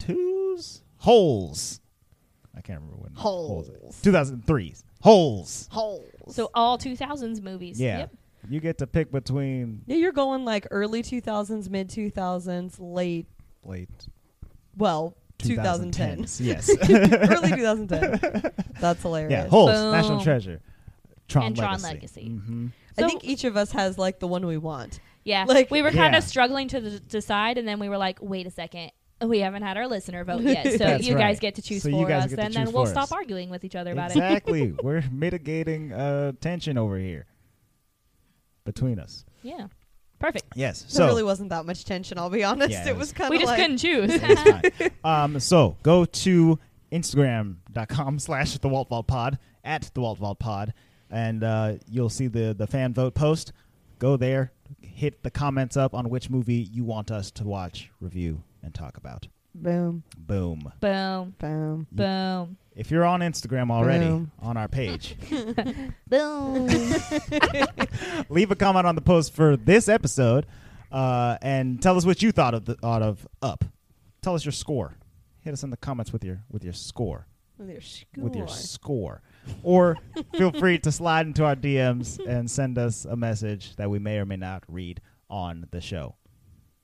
D: 2002's Holes. I can't remember when. Holes. is. 2003's Holes.
C: So all 2000s movies.
D: Yeah.
C: Yep.
D: You get to pick between
E: Yeah, you're going like early 2000s, mid 2000s, late,
D: late
E: well, 2010.
D: 2010s. Yes.
E: early 2010. That's hilarious.
D: yeah. Holes.
C: Boom.
D: National Treasure. Tron
C: And Tron
D: Legacy.
C: Legacy.
D: Mhm.
E: I think each of us has like the one we want.
C: Yeah.
E: Like-
C: we were kind
D: Yeah.
C: of struggling to d- decide, and then we were like, wait a second. We haven't had our listener vote yet. So
D: That's
C: you guys
D: right.
C: get to choose
D: So you
C: for
D: guys
C: us,
D: get to
C: and then
D: choose
C: we'll
D: for
C: stop
D: us.
C: arguing with each other about
D: exactly. We're mitigating uh, tension over here between us.
C: it. Yeah. Perfect.
D: Yes. So
E: There really wasn't that much tension, I'll be honest.
D: Yeah, it
E: it
D: was-
E: was kind
C: We
E: of
C: just
E: like
C: couldn't choose.
D: it's fine. Um, so go to Instagram.com slash the Walt Vault Pod at the Walt Vault Pod, and uh, you'll see the the fan vote post. Go there, hit the comments up on which movie you want us to watch, review, and talk about.
E: boom,
D: Boom.
C: boom.
E: boom.
C: Boom.
D: If you're on Instagram already
E: Boom.
D: on our page,
C: Boom.
D: leave a comment on the post for this episode, uh, and tell us what you thought of the thought of Up. Tell us your score. Hit us in the comments with your with your score.
E: With your
D: with your
E: score.
D: score. Or feel free to slide into our DMs and send us a message that we may or may not read on the show.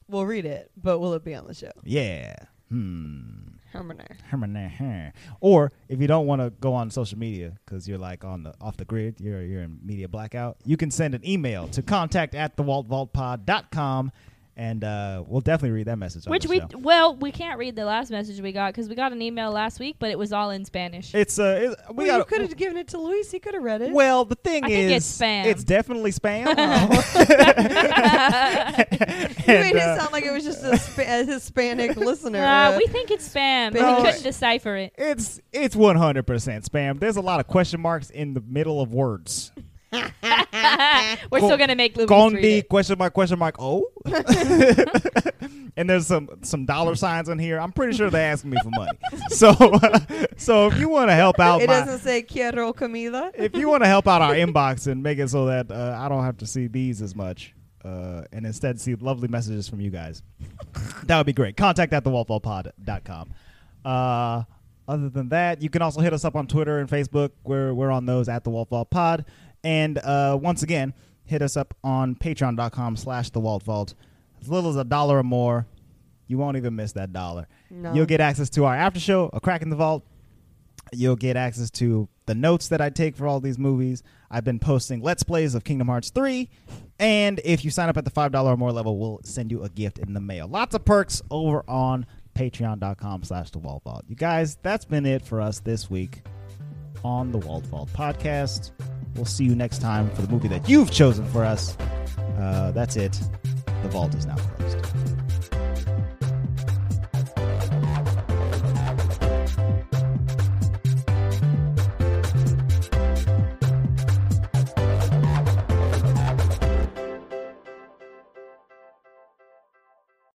E: We'll read it, but will it be on the show?
D: Yeah. Hmm.
E: Herminer.
D: Or if you don't want to go on social media because you're like on the off the grid, you're you're in media blackout, you can send an email to contact at the and uh, we'll definitely read that message. on
C: Which
D: the
C: we
D: show.
C: well we can't read the last message we got because we got an email last week, but it was all in Spanish.
D: it's uh it, we
E: We well, you
D: got
E: could have given it to Luis. He could have read it.
D: Well, the thing
C: I
D: is,
C: think it's spam.
D: it's definitely spam.
E: you
D: And,
E: made
D: uh,
E: it sound like it was just a, spa- a Hispanic listener.
C: Uh,
E: uh,
C: we think it's spam, but
E: No,
C: we
E: it-
C: couldn't decipher it.
D: it's it's one hundred percent spam. There's a lot of question marks in the middle of words.
C: We're
D: Con-
C: still gonna make Louis read
D: Condi
C: it.
D: question mark question mark oh, and there's some some dollar signs in here. I'm pretty sure they're asking me for money. So so if you want to help out,
E: it
D: Oh, my-
E: doesn't say quiero comida.
D: if you want to help out our inbox and make it so that uh, I don't have to see these as much, uh, and instead see lovely messages from you guys, that would be great. Contact at thewallfallpod.com. Uh, other than that, you can also hit us up on Twitter and Facebook. We're, we're on those at the Wallfall Pod. And uh, once again, hit us up on patreon.com slash the Walt Vault. As little as a dollar or more, you won't even miss that dollar.
E: No.
D: You'll get access to our after show, A Crack in the Vault, You'll get access to the notes that I take for all these movies. I've been posting Let's Plays of Kingdom Hearts 3. And if you sign up at the $5 or more level, we'll send you a gift in the mail. Lots of perks over on patreon.com slash the Walt Vault. You guys, that's been it for us this week on the Walt Vault podcast. We'll see you next time for the movie that you've chosen for us. Uh, that's it. The vault is now closed.